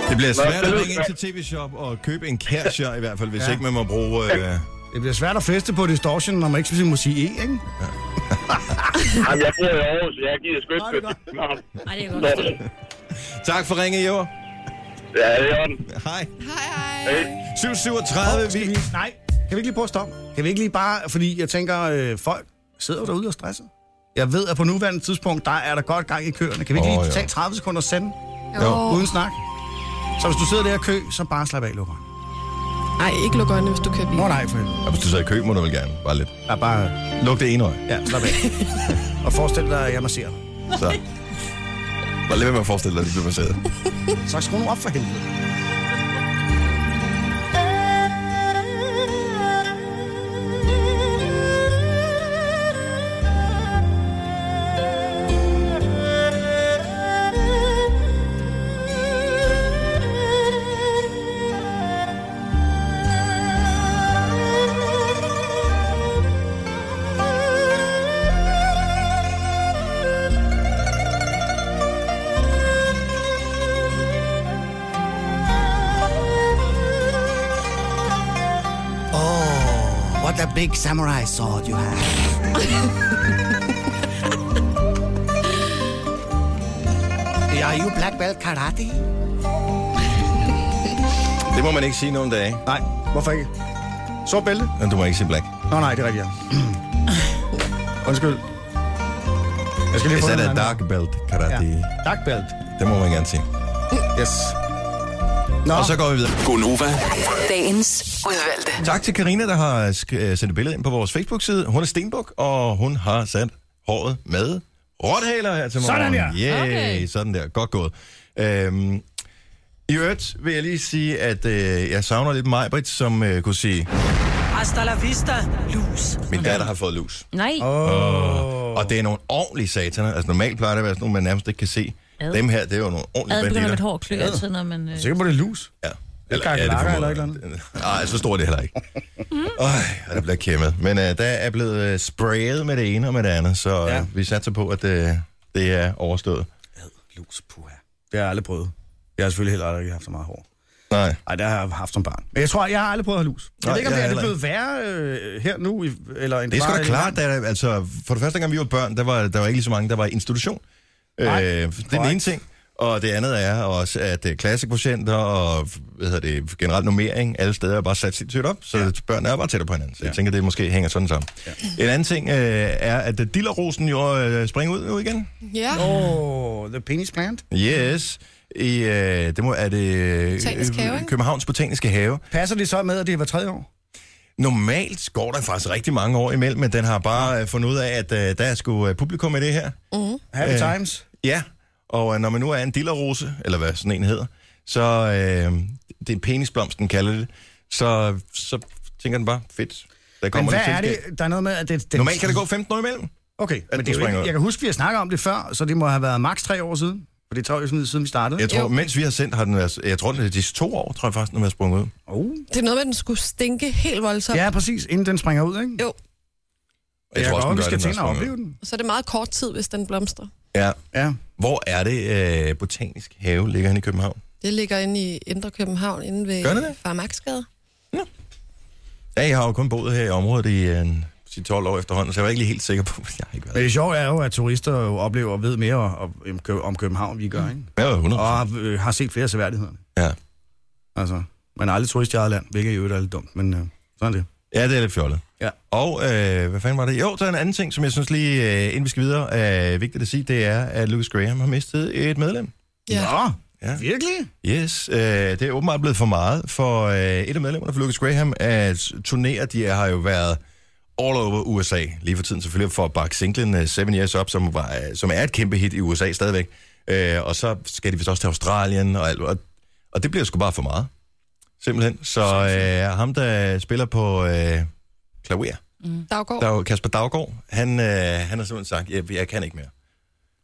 Speaker 1: Det bliver svært
Speaker 11: det
Speaker 1: at
Speaker 11: lyder
Speaker 1: ringe ind til TV-shop og købe en kærester i hvert fald, hvis ja.
Speaker 2: Ja.
Speaker 1: ikke man må bruge... Øh,
Speaker 2: Det bliver svært at feste på distortion, når man ikke specifikt må sige E, ikke?
Speaker 11: Jamen, jeg bor i Aarhus, så jeg gider sgu ikke.
Speaker 2: Nej, det er
Speaker 3: Ej, det er godt.
Speaker 1: tak for ringet, Jesper.
Speaker 11: Ja, det er den.
Speaker 1: Hej.
Speaker 4: Hej
Speaker 11: Hey.
Speaker 4: hej.
Speaker 1: 737,
Speaker 2: Skal
Speaker 1: vi...
Speaker 2: vi, nej, kan vi ikke lige prøve at stoppe? Kan vi ikke lige bare, fordi jeg tænker, øh, folk sidder jo derude og stresser. Jeg ved, at på nuværende tidspunkt, der er der godt gang i køerne. Kan vi ikke
Speaker 1: Åh,
Speaker 2: oh, lige
Speaker 1: ja.
Speaker 2: tage 30 sekunder og sende,
Speaker 1: Jo.
Speaker 2: uden snak? Så hvis du sidder der i kø, så bare slap af, lukker.
Speaker 4: Ej, ikke luk øjnene, hvis du kører bil.
Speaker 2: Nå nej, for helvede.
Speaker 1: Ja, hvis du sidder i kø, må du vel gerne. Bare lidt.
Speaker 2: Ja, bare,
Speaker 1: Luk det ene øje.
Speaker 2: ja, slap af. og forestil dig, at jeg masserer dig.
Speaker 1: Så. Bare lad være med at forestille dig, at det bliver baseret.
Speaker 2: Så skru nu op for helvede. Oh, what a big samurai sword you have. Are you black belt karate?
Speaker 1: Det må man ikke sige nogen dage.
Speaker 2: Nej, hvorfor ikke? Sort bælte?
Speaker 1: Men du må ikke sige black.
Speaker 2: Nå nej, det er rigtigt, ja. Undskyld. Jeg skal lige
Speaker 1: Hvis
Speaker 2: få
Speaker 1: det
Speaker 2: den
Speaker 1: er
Speaker 2: anden.
Speaker 1: dark belt karate, ja.
Speaker 2: Ja. Dark belt.
Speaker 1: det må man gerne sige.
Speaker 2: Yes. Nå,
Speaker 1: Og så går vi videre.
Speaker 10: Gonova,
Speaker 7: Dagens udvalgte.
Speaker 1: Tak til Karina der har sk- øh, sendt et billede ind på vores Facebook-side. Hun er Stenbuk, og hun har sat håret med rådhaler her til morgen.
Speaker 2: Sådan der.
Speaker 1: Yeah, okay.
Speaker 3: Okay.
Speaker 1: sådan der. Godt gået. Øhm, I øvrigt vil jeg lige sige, at øh, jeg savner lidt Majbrit, som øh, kunne sige,
Speaker 8: Hasta la vista, lus.
Speaker 1: min datter har fået lus.
Speaker 3: Nej,
Speaker 1: Og det er nogle ordentlige sataner. Altså normalt plejer det at være sådan nogle, man nærmest ikke kan se.
Speaker 3: Ad.
Speaker 1: Dem her, det er jo nogle
Speaker 3: jeg
Speaker 1: ordentlige
Speaker 3: havde begyndt
Speaker 1: banditter.
Speaker 3: med et hår klø altid, når man... Øh,
Speaker 2: sikkert på det lus.
Speaker 1: Ja.
Speaker 2: kakerlakker
Speaker 1: formoder
Speaker 2: eller et
Speaker 1: jeg. Nej, så stor er det heller ikke. Øj, og der bliver kæmmet. Men øh, der er blevet øh, sprayet med det ene og med det andet, så øh, ja.
Speaker 2: Ja.
Speaker 1: vi satser på, at øh, det er overstået.
Speaker 2: Lus, puha. Det har jeg aldrig prøvet. Jeg har selvfølgelig heller aldrig haft så meget hår.
Speaker 1: Nej.
Speaker 2: Nej, det har jeg haft som barn. Men jeg tror, jeg har aldrig prøvet at have lus. Jeg
Speaker 1: Nej,
Speaker 2: ved ikke, om
Speaker 1: jeg
Speaker 2: det er
Speaker 1: har
Speaker 2: det blevet værre øh, her nu, i, eller end
Speaker 1: Det er sgu
Speaker 2: var
Speaker 1: da
Speaker 2: i-
Speaker 1: klart, der, er- altså, for det første gang vi var børn, der var, der var ikke lige så mange, der var i institution. Øh,
Speaker 2: Nej,
Speaker 1: det er den
Speaker 2: korrekt.
Speaker 1: ene ting. Og det andet er også, at øh, klassekvotienter og hvad hedder det, generelt normering alle steder er bare sat sindssygt op, så ja. børn er bare tættere på hinanden. Så jeg
Speaker 2: Ja.
Speaker 1: tænker, det måske hænger sådan sammen. Ja. En anden ting øh, er, at øh, dillerrosen jo øh, springer ud nu igen.
Speaker 4: Ja.
Speaker 2: Oh, the penis plant.
Speaker 1: Yes. I, øh, det må, er det øh,
Speaker 4: Botanisk have, ikke?
Speaker 1: Københavns Botaniske Have.
Speaker 2: Passer det så med, at det er hver tredje år?
Speaker 1: Normalt går der faktisk rigtig mange år imellem, men den har bare øh, fundet ud af, at øh, der er sgu øh, publikum i det her.
Speaker 2: Happy
Speaker 1: Øh.
Speaker 2: times?
Speaker 1: Ja, og øh, når man nu er en dillerose, eller hvad sådan en hedder, så øh, det er penisblomsten kalder det, så, så tænker den bare, fedt, der
Speaker 2: Men
Speaker 1: kommer
Speaker 2: hvad
Speaker 1: lidt
Speaker 2: er
Speaker 1: selskab.
Speaker 2: det? Der er noget med, at det... det
Speaker 1: Normalt kan det gå 15 år imellem.
Speaker 2: Okay, men
Speaker 1: den
Speaker 2: det er jo
Speaker 1: springer
Speaker 2: ikke,
Speaker 1: ud.
Speaker 2: jeg kan huske, vi har snakket om det før, så det må have været maks tre år siden. For det er tre år siden, siden vi startede.
Speaker 1: Jeg tror, jo. mens vi har sendt, har den været, jeg tror, det er de to år, tror jeg faktisk, den har været sprunget ud.
Speaker 2: Oh.
Speaker 4: Det er noget med, at den skulle stinke helt voldsomt.
Speaker 2: Ja, præcis. Inden den springer ud, ikke?
Speaker 4: Jo,
Speaker 1: Jeg, jeg tror også,
Speaker 2: godt,
Speaker 1: den
Speaker 2: vi
Speaker 1: gør
Speaker 2: skal
Speaker 1: det,
Speaker 2: til
Speaker 1: den
Speaker 2: at
Speaker 1: er sprunget
Speaker 2: opleve
Speaker 1: ud.
Speaker 2: den.
Speaker 4: så er det meget kort tid, hvis den blomstrer.
Speaker 1: Ja.
Speaker 2: Ja.
Speaker 1: Hvor er det øh, Botanisk Have ligger han i København?
Speaker 4: Det ligger inde i Indre København, inde ved
Speaker 1: Gør det det?
Speaker 4: Far Max gade.
Speaker 1: Ja, jeg har jo kun boet her i området i øh, 10-12 år efterhånden, så jeg var ikke lige helt sikker på, jeg har ikke
Speaker 2: Men
Speaker 1: været
Speaker 2: det sjove er jo, at turister jo oplever og ved mere om, om Kø- om København, vi gør, ikke?
Speaker 1: der. Ja, 100.
Speaker 2: Og har, øh, har set flere seværdighederne.
Speaker 1: Ja.
Speaker 2: Altså, man er aldrig turist i eget land, hvilket i øvrigt er lidt dumt, men øh, sådan er det.
Speaker 1: ja, det er lidt fjollet.
Speaker 2: Ja.
Speaker 1: Og øh, hvad fanden var det? Jo, så er en anden ting, som jeg synes lige, øh, inden vi skal videre, er vigtigt at sige, det er, at Lucas Graham har mistet et medlem.
Speaker 5: Ja.
Speaker 2: Nå,
Speaker 1: Ja.
Speaker 2: virkelig?
Speaker 1: Yes, øh, det er åbenbart blevet for meget for øh, et af medlemmerne for Lucas Graham at turnere. De har jo været all over USA lige for tiden selvfølgelig for at bakke singlen øh, Seven Years Up, som, var, øh, som er et kæmpe hit i USA stadigvæk. Øh, og så skal de vist også til Australien og alt. Og, og det bliver sgu bare for meget, simpelthen. Så øh, ham, der spiller på øh, klaver,
Speaker 5: Daggaard.
Speaker 1: der er jo Kasper Daggaard, han, øh, han har simpelthen sagt, jeg, jeg kan ikke mere.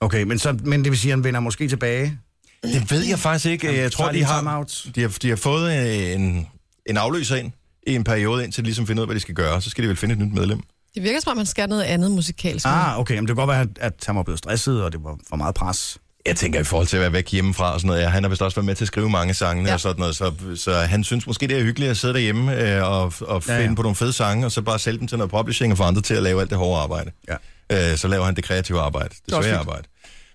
Speaker 2: Okay, men, så, men det vil sige, at han vender måske tilbage?
Speaker 1: Det ved jeg faktisk ikke.
Speaker 2: Jamen,
Speaker 1: jeg tror,
Speaker 2: tager
Speaker 1: de
Speaker 2: lige
Speaker 1: har,
Speaker 2: timeout.
Speaker 1: de har, de har fået øh, en, en afløser ind i en periode, indtil de ligesom finder ud af, hvad de skal gøre. Så skal de vel finde et nyt medlem.
Speaker 5: Det virker som om, man skal noget andet musikalsk.
Speaker 2: Ah, okay, men det kan godt være, at- at han var blevet stresset, og det var for meget pres.
Speaker 1: Jeg tænker i forhold til at være væk hjemmefra og sådan noget. Ja, han har vist også været med til at skrive mange sange ja.
Speaker 5: Ja.
Speaker 1: og sådan noget. Så, så han synes måske, det er hyggeligt at sidde derhjemme øh, og, og
Speaker 2: Ja, ja.
Speaker 1: finde ja, ja. på nogle fede sange, og så bare sælge dem til noget publishing og få andre til at lave alt det hårde arbejde.
Speaker 2: Ja.
Speaker 1: Øh, så laver han det kreative arbejde, det
Speaker 2: er også
Speaker 1: svære
Speaker 2: fint.
Speaker 1: arbejde.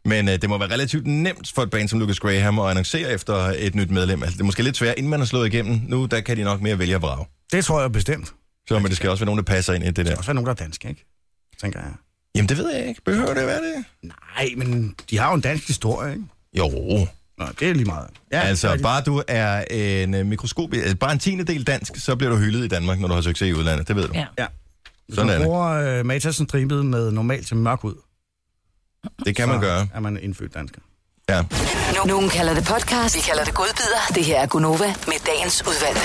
Speaker 1: Men øh, det må være relativt nemt for et band som Lucas Graham at annoncere efter et nyt medlem. Altså, det er måske lidt svært, inden man har slået igennem. Nu der kan de nok mere vælge at vrage.
Speaker 2: Det tror jeg bestemt.
Speaker 1: Så men det skal også være nogen, der passer ind i det
Speaker 2: Der
Speaker 1: der.
Speaker 2: er også nogen, der er dansk, ikke? Tænker jeg.
Speaker 1: Jamen, det ved jeg ikke. Behøver det at være det?
Speaker 2: Nej, men de har jo en dansk historie, ikke?
Speaker 1: Jo.
Speaker 2: Nå, det er lige meget. Ja, det er
Speaker 1: Altså,
Speaker 2: de.
Speaker 1: bare du er en øh, mikroskop, altså, bare en tiende del dansk, så bliver du hyldet i Danmark, når du har succes i udlandet. Det ved du.
Speaker 3: Ja.
Speaker 2: Ja. Hvis
Speaker 1: Sådan er
Speaker 2: man
Speaker 1: det.
Speaker 2: bruger øh, Matasen dribet med normalt til mørk ud,
Speaker 1: Det kan man gøre.
Speaker 2: er man indfødt dansker.
Speaker 1: Ja.
Speaker 7: Nu- Nogen kalder det podcast, vi kalder det godbider. Det her er Gunova med dagens udvalgte.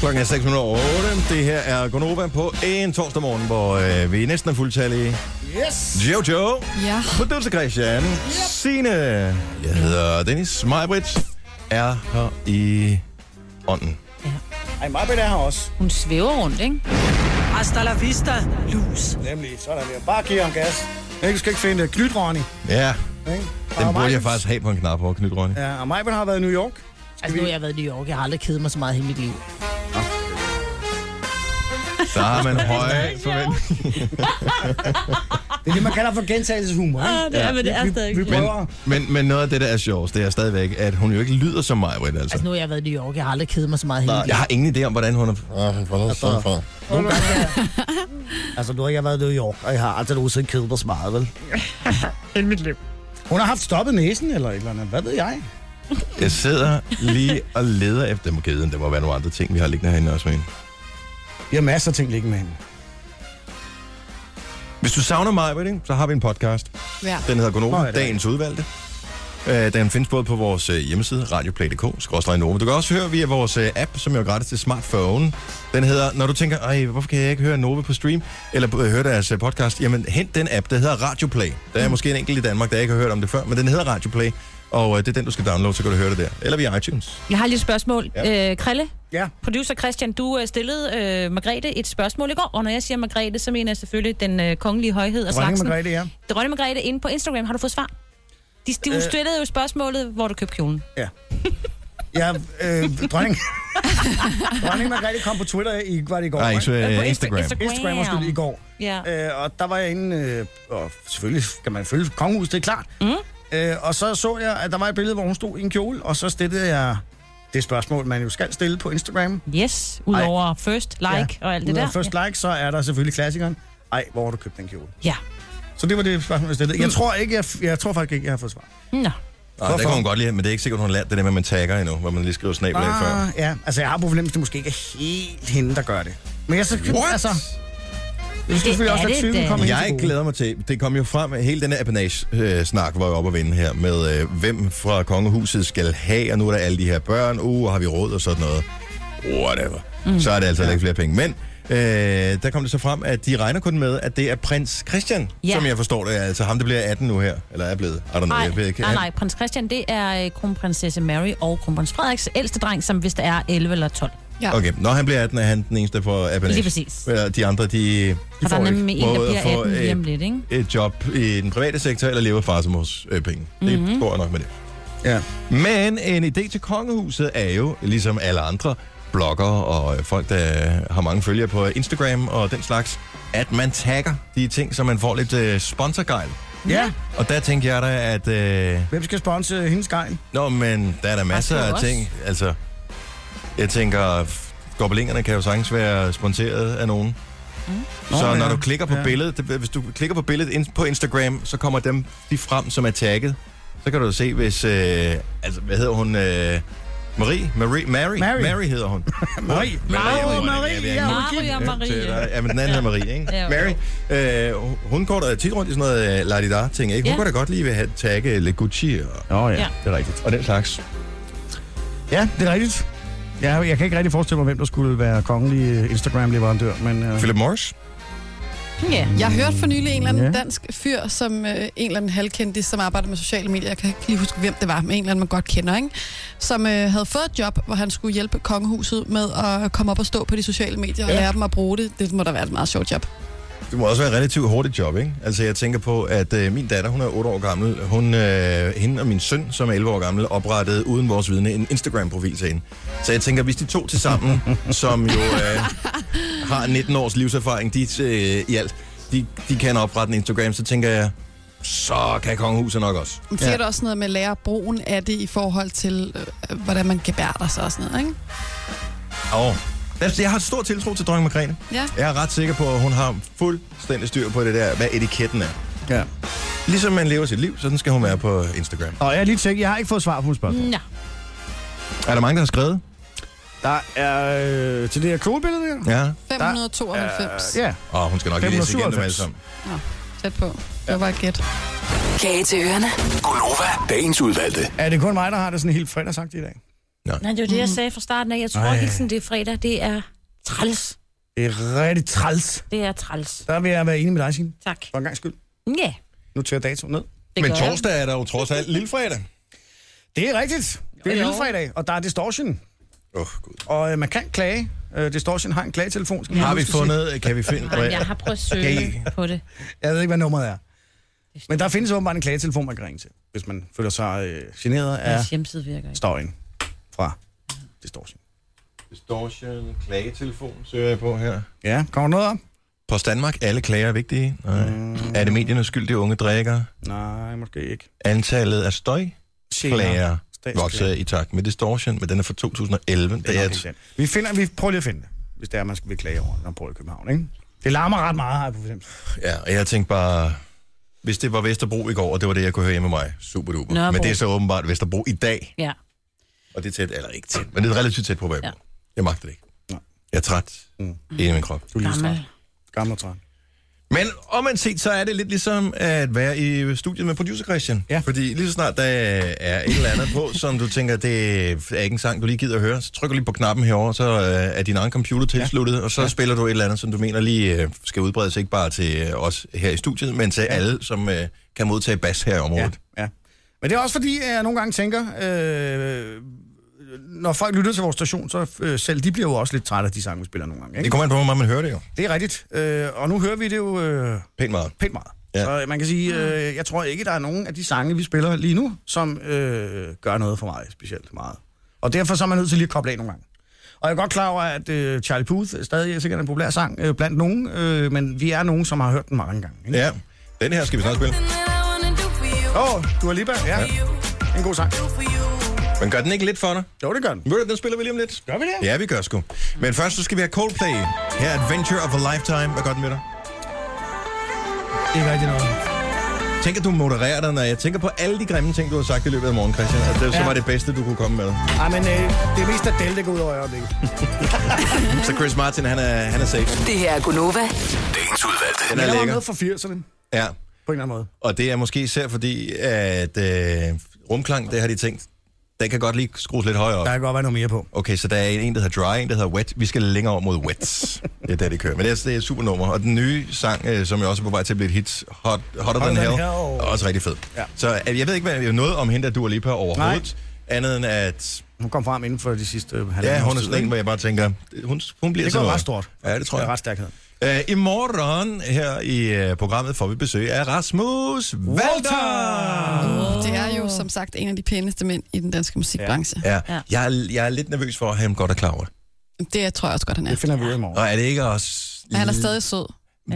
Speaker 1: Klokken er 6 minutter over 8. Det her er Gonova på en torsdag morgen, hvor øh, vi næsten er fuldtallige. Yes! Jojo!
Speaker 4: Ja.
Speaker 1: Producer Christian. Yep. Signe. Jeg hedder Dennis Majbrit. Er her i ånden.
Speaker 9: Ej, Marbet er her også.
Speaker 3: Hun svæver rundt, ikke?
Speaker 8: Hasta la vista, lus.
Speaker 9: Nemlig, sådan der. Bare give ham gas.
Speaker 2: Ikke, du skal ikke
Speaker 9: øh,
Speaker 2: finde knyt, Ronny.
Speaker 1: Ja,
Speaker 9: Ikke?
Speaker 1: den
Speaker 9: Og
Speaker 1: burde jeg
Speaker 9: Majbrit-
Speaker 1: faktisk have på en knap over, Knud Rønne.
Speaker 2: Ja, og Majben har været i New York.
Speaker 8: Altså, nu har jeg været i New York. Jeg har aldrig kedet mig så meget i hele mit liv.
Speaker 1: Der har man høje forventninger.
Speaker 9: Det er det, man kalder for gentagelseshumor. ikke?
Speaker 3: Ah, det er, men det er stadig.
Speaker 9: Vi
Speaker 1: Men,
Speaker 9: prøver.
Speaker 1: men, men noget af det, der er sjovt, det er stadigvæk, at hun jo ikke lyder som mig, Britt, altså.
Speaker 8: Altså, nu har jeg været i New York. Jeg har aldrig kedet mig så meget i hele mit liv.
Speaker 1: Jeg har ingen idé om, hvordan hun er...
Speaker 9: Altså, nu har jeg været i New York, og jeg har aldrig nogensinde kedet mig så meget, vel?
Speaker 8: Hele mit liv.
Speaker 9: Hun har haft stoppet næsen eller et eller andet. Hvad ved jeg?
Speaker 1: Jeg sidder lige og leder efter dem kæden. Der må være nogle andre ting, vi har liggende herinde også med hende.
Speaker 9: Vi har masser af ting liggende med hende.
Speaker 1: Hvis du savner mig, Britt, ikke, så har vi en podcast.
Speaker 4: Ja.
Speaker 1: Den hedder Gonova,
Speaker 9: Nå, ja, det er
Speaker 1: dagens udvalgte. Øh, Den findes både på vores øh, hjemmeside, radioplay.dk, skråstrej Nova. Du kan også høre via vores øh, app, som jo er gratis til smartphone. Den hedder, når du tænker, Ej, hvorfor kan jeg ikke høre Nova på stream, eller øh, høre deres øh, podcast, jamen hent den app, der hedder Radioplay. Der er måske en enkelt i Danmark, der ikke har hørt om det før, men den hedder Radioplay, og øh, det er den, du skal downloade, så kan du høre det der. Eller via iTunes.
Speaker 3: Jeg har lige et spørgsmål. Ja. Øh, Krille,
Speaker 9: Ja.
Speaker 3: producer Christian, du øh, stillede øh, Margrethe et spørgsmål i går, og når jeg siger Margrethe, så mener jeg selvfølgelig den øh, kongelige højhed og
Speaker 9: Dronning
Speaker 3: slagsen.
Speaker 9: Margrethe, ja.
Speaker 3: Dronning Margrethe inde på Instagram. Har du fået svar? De, de øh. stillede jo spørgsmålet, hvor du købte kjolen.
Speaker 9: Ja. Ja, øh, dronning. dronning Margrethe kom på Twitter i, var det i går?
Speaker 1: Nej,
Speaker 9: ikke?
Speaker 1: så,
Speaker 3: Øh, på
Speaker 1: øh,
Speaker 3: Insta-
Speaker 1: Instagram.
Speaker 9: Instagram måske i går.
Speaker 3: Ja.
Speaker 9: Øh, og der var jeg inde, øh, og selvfølgelig skal man følge kongehuset, det er klart. Mm. Øh, og så så jeg, at der var et billede, hvor hun stod i en kjole, og så stillede jeg det spørgsmål, man jo skal stille på Instagram.
Speaker 3: Yes, udover first like ja. og alt det
Speaker 9: Ud af
Speaker 3: der.
Speaker 9: Først like, så er der selvfølgelig klassikeren. Ej, hvor har du købt den kjole?
Speaker 3: Ja.
Speaker 9: Så det var det spørgsmål, jeg
Speaker 3: Mm.
Speaker 9: stillede. Jeg tror, ikke, jeg, jeg tror faktisk ikke, jeg har fået svar.
Speaker 3: ja. Nå.
Speaker 1: Nej, det kan hun godt lide, men det er ikke sikkert, hun har lært det der med, at man tagger endnu, hvor man lige skriver snabel ah. før.
Speaker 9: Ah, ja, altså jeg har på fornemmelsen, det måske ikke er helt hende, der gør det. Men jeg så... What? Altså, det er selvfølgelig
Speaker 3: er
Speaker 9: også, at
Speaker 3: det
Speaker 9: tvivlen
Speaker 3: da.
Speaker 9: kommer hende til
Speaker 1: Jeg
Speaker 9: gode.
Speaker 1: glæder mig til, det kom jo frem, hele den her apanage-snak var jo op at vinde her, med øh, hvem fra kongehuset skal have, og nu er der alle de her børn, uh, har vi råd og sådan noget. Whatever. Mm. Så er det altså ja. ikke flere penge. Men øh, der kom det så frem, at de regner kun med, at det er prins Christian, ja.
Speaker 3: Ja.
Speaker 1: som jeg forstår det, er altså ham, der bliver 18 nu her, eller er blevet, I don't know,
Speaker 3: Nej,
Speaker 1: jeg ved ikke.
Speaker 3: nej,
Speaker 1: Han-
Speaker 3: nej, prins Christian, det er øh, kronprinsesse Mary og kronprins Frederiks ældste dreng, som hvis der er 11 eller 12.
Speaker 4: ja.
Speaker 1: Okay, når han bliver 18, er han den eneste, der får apanage.
Speaker 3: Lige præcis.
Speaker 1: Eller de andre, de...
Speaker 3: Og der er nemlig en, der
Speaker 1: Både
Speaker 3: bliver
Speaker 1: at få
Speaker 3: 18 lige om
Speaker 1: et-
Speaker 3: lidt, ikke?
Speaker 1: et job i den private sektor, eller lever af fars og mors øh, penge. Det
Speaker 3: Mhm.
Speaker 1: mm-hmm. tror jeg nok med det.
Speaker 2: Ja.
Speaker 1: Men en idé til kongehuset er jo, ligesom alle andre, blogger og øh, folk, der har mange følgere på Instagram og den slags, at man tagger de ting, så man får lidt øh, sponsorgejl.
Speaker 2: Ja.
Speaker 1: Og der tænker jeg da, at... Øh,
Speaker 2: Hvem skal sponse hendes gejl?
Speaker 1: Nå, men der er der masser
Speaker 2: det er
Speaker 1: af
Speaker 2: også-
Speaker 1: ting. Altså, jeg tænker, f- gobelingerne kan jo sagtens være sponsoreret af nogen. Mm. Så
Speaker 2: Nå,
Speaker 1: når
Speaker 2: ja.
Speaker 1: du klikker på
Speaker 2: Ja.
Speaker 1: billedet, det, hvis du klikker på billedet ind på Instagram, så kommer dem de frem, som er tagget. Så kan du se, hvis... Øh, altså, hvad hedder hun? Øh, Marie? Marie? Mary?
Speaker 2: Mary.
Speaker 1: Mary hedder hun.
Speaker 2: Marie.
Speaker 1: hedder hun.
Speaker 2: Marie,
Speaker 1: Ja, vi er
Speaker 2: ja,
Speaker 1: ikke-
Speaker 2: hun
Speaker 1: Ja,
Speaker 3: Maria,
Speaker 2: er
Speaker 1: til
Speaker 3: Maria.
Speaker 1: dig. Ja, men den anden hedder Marie, ikke?
Speaker 3: Ja,
Speaker 1: Mary, øh, hun går da tit rundt i sådan noget øh, la-di-da-ting, ikke? Hun
Speaker 3: Ja.
Speaker 1: ja. går da godt lige ved at have- tagge lidt Gucci og...
Speaker 2: Nå ja.
Speaker 3: Ja.
Speaker 1: Det er rigtigt. Og den slags.
Speaker 2: Ja, det er rigtigt. Ja, jeg kan ikke rigtig forestille mig, hvem der skulle være kongelig øh, Instagram-leverandør, men... Øh,
Speaker 1: Philip Morris?
Speaker 3: Ja.
Speaker 4: Jeg har hørt for nylig en eller anden
Speaker 2: Ja.
Speaker 4: dansk fyr, som øh, en eller anden halvkendis, som arbejder med sociale medier. Jeg kan ikke lige huske, hvem det var, men en eller anden, man godt kender, ikke? Som øh, havde fået et job, hvor han skulle hjælpe kongehuset med at komme op og stå på de sociale medier og lære dem at bruge det. Det må da være et meget sjovt job.
Speaker 1: Det må også være et relativt hurtigt job, ikke? Altså, jeg tænker på, at øh, min datter, hun er 8 år gammel, hun, øh, hende og min søn, som er 11 år gammel, oprettede uden vores vidne en Instagram-profil til hende. Så jeg tænker, hvis de to til sammen, som jo øh, har 19 års livserfaring, de øh, i alt, de, de kan oprette en Instagram, så tænker jeg, så kan kongehuset nok også.
Speaker 4: Men siger ja. du også noget med at lære brugen af det i forhold til, øh, hvordan man gebærder sig og sådan noget, ikke?
Speaker 1: Og jeg har stor tiltro til dronning Margrethe.
Speaker 4: Ja.
Speaker 1: Jeg er ret sikker på, at hun har fuldstændig styr på det der, hvad etiketten er.
Speaker 2: Ja.
Speaker 1: Ligesom man lever sit liv, sådan skal hun være på Instagram.
Speaker 2: Og jeg har lige tænkt, jeg har ikke fået svar på mit spørgsmål.
Speaker 3: Nå.
Speaker 1: Er der mange, der har skrevet?
Speaker 2: Der er øh, til det her kjolebillede der.
Speaker 1: Ja.
Speaker 4: 592.
Speaker 2: Ja.
Speaker 1: Og hun skal nok lige læse igennem dem alle
Speaker 2: 597.
Speaker 1: sammen.
Speaker 4: Nå, tæt på. Det var bare et gæt.
Speaker 7: Kage til ørerne.
Speaker 13: Gunova, dagens udvalgte.
Speaker 2: Er det kun mig, der har det sådan helt fredagsagtigt i dag?
Speaker 3: Nej, det var det, jeg
Speaker 1: Mm.
Speaker 3: sagde fra starten af. Jeg tror ikke sådan, det er fredag. Det er træls.
Speaker 2: Det er rigtig træls.
Speaker 3: Det er træls.
Speaker 2: Der vil jeg være enig med dig, Signe.
Speaker 3: Tak.
Speaker 2: For en gang skyld.
Speaker 3: Ja,
Speaker 2: Nu tager datoen ned.
Speaker 3: det
Speaker 1: Men
Speaker 3: gør jeg.
Speaker 1: torsdag er der jo trods alt lillefredag.
Speaker 2: Det er rigtigt. Det er lille fredag, og der er distortion.
Speaker 1: Åh, oh, gud.
Speaker 2: Og øh, man kan klage. Øh, distortion har en klagetelefon. Skal man
Speaker 1: Har vi
Speaker 2: huske at sige.
Speaker 1: fundet, kan vi finde...
Speaker 3: Jamen, jeg har prøvet at søge på det.
Speaker 2: Jeg ved ikke, hvad nummeret er. Men der findes åbenbart en klagetelefon, man kan ringe til, hvis man føler sig øh, generet
Speaker 3: Ja.
Speaker 2: af
Speaker 3: Hans hjemmeside virker ikke.
Speaker 2: støjen fra distortion.
Speaker 1: Distortion klagetelefon søger jeg på her.
Speaker 2: Ja, kommer der noget op?
Speaker 1: Post Danmark, alle klager er vigtige. Nej. Mm. Er det mediernes skyld, de unge drikker?
Speaker 2: Nej, måske ikke.
Speaker 1: Antallet af støjklager
Speaker 2: Gener. Statsklager.
Speaker 1: vokser i takt med distortion, men den er fra 2011. Det
Speaker 2: Det
Speaker 1: er
Speaker 2: er
Speaker 1: et
Speaker 2: nok ikke den. Vi, finder, vi prøver lige at finde det, hvis det er, man skal vil klage over, når man bor i København, ikke? Det larmer ret meget her på eksempel.
Speaker 1: Ja, og jeg tænkte bare, hvis det var Vesterbro i går, og det var det, jeg kunne høre hjemme med mig, super duper.
Speaker 3: Nørrebro.
Speaker 1: Men det er så åbenbart Vesterbro i dag,
Speaker 3: Ja.
Speaker 1: og det er tæt, eller ikke tæt, men det er relativt tæt på, hvad jeg,
Speaker 3: Ja.
Speaker 1: bor. jeg magter det ikke. Jeg er træt mm. i min krop.
Speaker 2: Du er lige
Speaker 3: Gammel.
Speaker 2: træt. Gammel og træt.
Speaker 1: Men om man set, så er det lidt ligesom at være i studiet med producer Christian.
Speaker 2: Ja.
Speaker 1: Fordi lige så snart der er et eller andet på, som du tænker, det er ikke en sang, du lige gider at høre, så trykker du lige på knappen herover, så øh, er din egen computer tilsluttet, ja. og så ja. spiller du et eller andet, som du mener lige øh, skal udbredes, ikke bare til øh, os her i studiet, men til ja. alle, som øh, kan modtage bas her i
Speaker 2: Ja,
Speaker 1: området.
Speaker 2: ja. Men det er også fordi, at jeg nogle gange tænker, øh, når folk lytter til vores station, så øh, selv de bliver jo også lidt trætte af de sange, vi spiller nogle gange.
Speaker 1: Det
Speaker 2: Ikke?
Speaker 1: kommer an på, hvor meget man hører det jo.
Speaker 2: Det er rigtigt. Øh, og nu hører vi det jo øh,
Speaker 1: Pænt meget.
Speaker 2: pænt meget. Ja.
Speaker 1: Ja.
Speaker 2: Så man kan sige, øh, jeg tror ikke, der er nogen af de sange, vi spiller lige nu, som øh, gør noget for mig specielt meget. Og derfor så er man nødt til lige at koble af nogle gange. Og jeg er godt klar over, at øh, Charlie Puth stadig er sikkert en populær sang øh, blandt nogen, øh, men vi er nogen, som har hørt den mange gange. Ikke?
Speaker 1: Ja. Den her skal vi snart spille.
Speaker 2: Åh, oh, du er Liba, ja. ja. En god sang.
Speaker 1: Men gør den ikke lidt for dig?
Speaker 2: Jo, det gør den.
Speaker 1: Ved du, den spiller vi lige om lidt.
Speaker 2: Gør vi det?
Speaker 1: Ja, vi gør sgu. Men først så skal vi have Coldplay. Her er Adventure of a Lifetime. Hvad gør den med dig?
Speaker 2: Det er rigtigt noget.
Speaker 1: Tænk, at du modererer dig, når jeg tænker på alle de grimme ting, du har sagt i løbet af morgen, Christian. Altså, det, så
Speaker 2: Ja.
Speaker 1: var det bedste, du kunne komme med.
Speaker 2: Ej, men øh, det er mest af Del, der går ud over i øjeblikket.
Speaker 1: Så Chris Martin, han er, han er safe.
Speaker 7: Det her er Gunova.
Speaker 13: Dagens udvalgte.
Speaker 1: Den
Speaker 2: Jeg
Speaker 1: er
Speaker 2: laver
Speaker 1: lækker.
Speaker 2: noget fra 80'erne,
Speaker 1: Ja,
Speaker 2: på en eller anden måde.
Speaker 1: og det er måske især fordi, at øh, rumklang, det har de tænkt, den kan godt lige skrues lidt højere op.
Speaker 2: Der kan godt være noget mere på.
Speaker 1: Okay, så der er en, der hedder Dry, en, der hedder Wet. Vi skal længere over mod Wet. Det er der, de kører. Men det er, det er et super nummer. Og den nye sang, øh, som jo også er på vej til at blive et hit, Hot, Hotter Than
Speaker 2: than
Speaker 1: Hell,
Speaker 2: hell.
Speaker 1: er også rigtig fed.
Speaker 2: Ja.
Speaker 1: Så øh, jeg ved ikke, hvad jeg noget om hende, der du lige på overhovedet. Andet end at,
Speaker 2: Hun kom frem inden for de sidste øh, halvandet
Speaker 1: ja, hun er
Speaker 2: års tid,
Speaker 1: sådan en,
Speaker 2: ikke?
Speaker 1: hvor jeg bare tænker, øh, hun, hun bliver
Speaker 2: Det
Speaker 1: til
Speaker 2: går
Speaker 1: noget.
Speaker 2: ret stort.
Speaker 1: Ja, det tror
Speaker 2: Det
Speaker 1: jeg.
Speaker 2: er ret stærkhed.
Speaker 1: Øh, I morgen her i øh, programmet får vi besøg af Rasmus Walter.
Speaker 4: Det er jo som sagt en af de pæneste mænd i den danske musikbranche.
Speaker 1: Ja,
Speaker 3: Ja.
Speaker 1: jeg, er, jeg er lidt nervøs for, at han godt er klar over det.
Speaker 4: Det tror jeg også godt, han er.
Speaker 9: Det finder vi ud af i morgen.
Speaker 1: Og er Mm. det ikke også...
Speaker 4: Men han er stadig sød.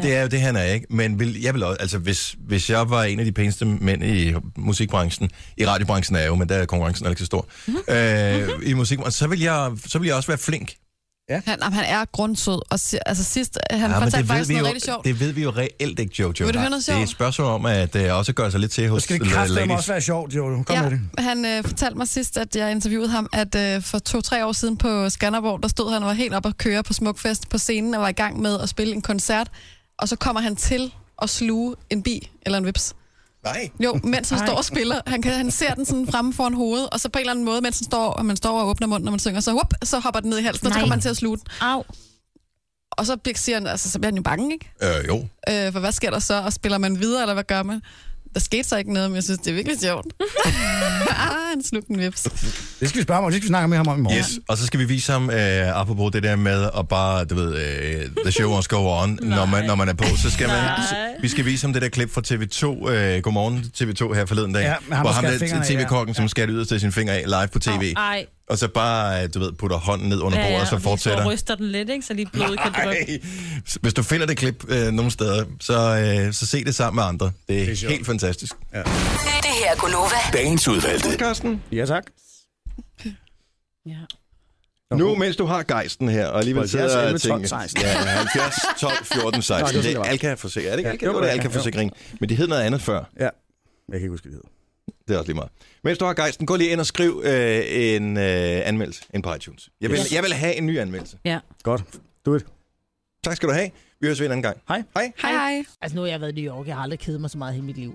Speaker 1: Det er jo det, han er, ikke? Men vil, jeg vil også, altså, hvis, hvis jeg var en af de pæneste mænd i musikbranchen, i radiobranchen er jeg jo, men der er konkurrencen altså stor, øh, i musikbranchen, så vil, jeg, så vil jeg også være flink.
Speaker 4: Han, Mhm. jamen, han er grundsød. Og si- altså sidst, han ja, fortalte
Speaker 1: det ved,
Speaker 4: faktisk
Speaker 1: vi
Speaker 4: noget
Speaker 1: jo,
Speaker 4: rigtig sjovt.
Speaker 1: det ved vi jo reelt ikke, Jojo.
Speaker 4: Vil du høre noget
Speaker 1: Det er et
Speaker 4: sjovt?
Speaker 1: spørgsmål om, at øh, også gøre sig lidt til hos
Speaker 9: Skal det
Speaker 1: la-
Speaker 9: kraftedeme
Speaker 1: ladies.
Speaker 9: også være sjovt, jo? Kom ja. med det.
Speaker 4: han øh, fortalte mig sidst, at jeg interviewede ham, at øh, for to-tre år siden på Skanderborg, der stod han og var helt op og køre på Smukfest på scenen og var i gang med at spille en koncert. Og så kommer han til at sluge en bi eller en vips.
Speaker 1: Nej.
Speaker 4: Jo, mens han står og spiller. Han, kan, han ser den sådan fremme foran hovedet, og så på en eller anden måde, mens han står, og man står og åbner munden, når man synger, så, whoop, så hopper den ned i halsen, og så
Speaker 3: Nej.
Speaker 4: kommer han til at sluge den.
Speaker 3: Au.
Speaker 4: Og så bliver, siger han, altså, så bliver han jo bange, ikke?
Speaker 1: Øh, jo.
Speaker 4: Øh, for hvad sker der så? Og spiller man videre, eller hvad gør man? Der skete så ikke noget, men jeg synes, det er virkelig sjovt. ah, han slugte en vips.
Speaker 9: Det skal vi spørge om, og det skal vi snakke med ham om i morgen.
Speaker 1: Yes, og så skal vi vise ham, øh, apropos det der med at bare, du ved, øh, the show must go on, når man, når man er på, så skal man, så, vi skal vise ham det der klip fra TV2, øh, godmorgen TV2 her forleden dag,
Speaker 9: Ja, men ham,
Speaker 1: hvor
Speaker 9: der
Speaker 1: ham
Speaker 9: skærer
Speaker 1: der
Speaker 9: fingrene af,
Speaker 1: TV-kokken, som skærer det yderste af sine fingre af live på tv,
Speaker 3: Au, ej.
Speaker 1: og så bare, øh, du ved, putter hånden ned under bordet, og så
Speaker 3: og vi står og
Speaker 1: fortsætter.
Speaker 3: ryster den lidt, ikke? Så lige blodet kan drøbe.
Speaker 1: Ej, hvis du finder det klip øh, nogle steder, så, øh, så se det sammen med andre. Det er, det er helt fantastisk.
Speaker 7: Det her er Gunova.
Speaker 10: Dagens udvalgte.
Speaker 1: Karsten,
Speaker 9: Ja, tak.
Speaker 3: Ja.
Speaker 1: nu mens du har gejsten her, og alligevel
Speaker 9: 70,
Speaker 1: sidder og
Speaker 9: 11, 12,
Speaker 1: tænker...
Speaker 9: 16.
Speaker 1: Ja, 70, 12, 14, 16.
Speaker 9: var
Speaker 1: det
Speaker 9: sådan,
Speaker 1: er
Speaker 9: det var.
Speaker 1: Alka-forsikring. Er det ikke
Speaker 9: Ja,
Speaker 1: Alka?
Speaker 9: jo,
Speaker 1: Jo, det
Speaker 9: ja,
Speaker 1: er Alka-forsikring. Men det hed noget andet før.
Speaker 9: Ja. Jeg kan ikke huske, hvad det hedder.
Speaker 1: Det er også lige meget. Mens du har gejsten, gå lige ind og skriv øh, en øh, anmeldelse ind på iTunes. Jeg vil,
Speaker 3: Yes.
Speaker 1: jeg vil have en ny anmeldelse.
Speaker 3: ja.
Speaker 9: Godt. Do it.
Speaker 1: Tak skal du have. Vi høres ved en anden gang.
Speaker 9: Hej.
Speaker 1: Hej.
Speaker 4: Hej, hej.
Speaker 8: Altså, nu har jeg været i New York. Jeg har aldrig kedet mig så meget i hele mit liv.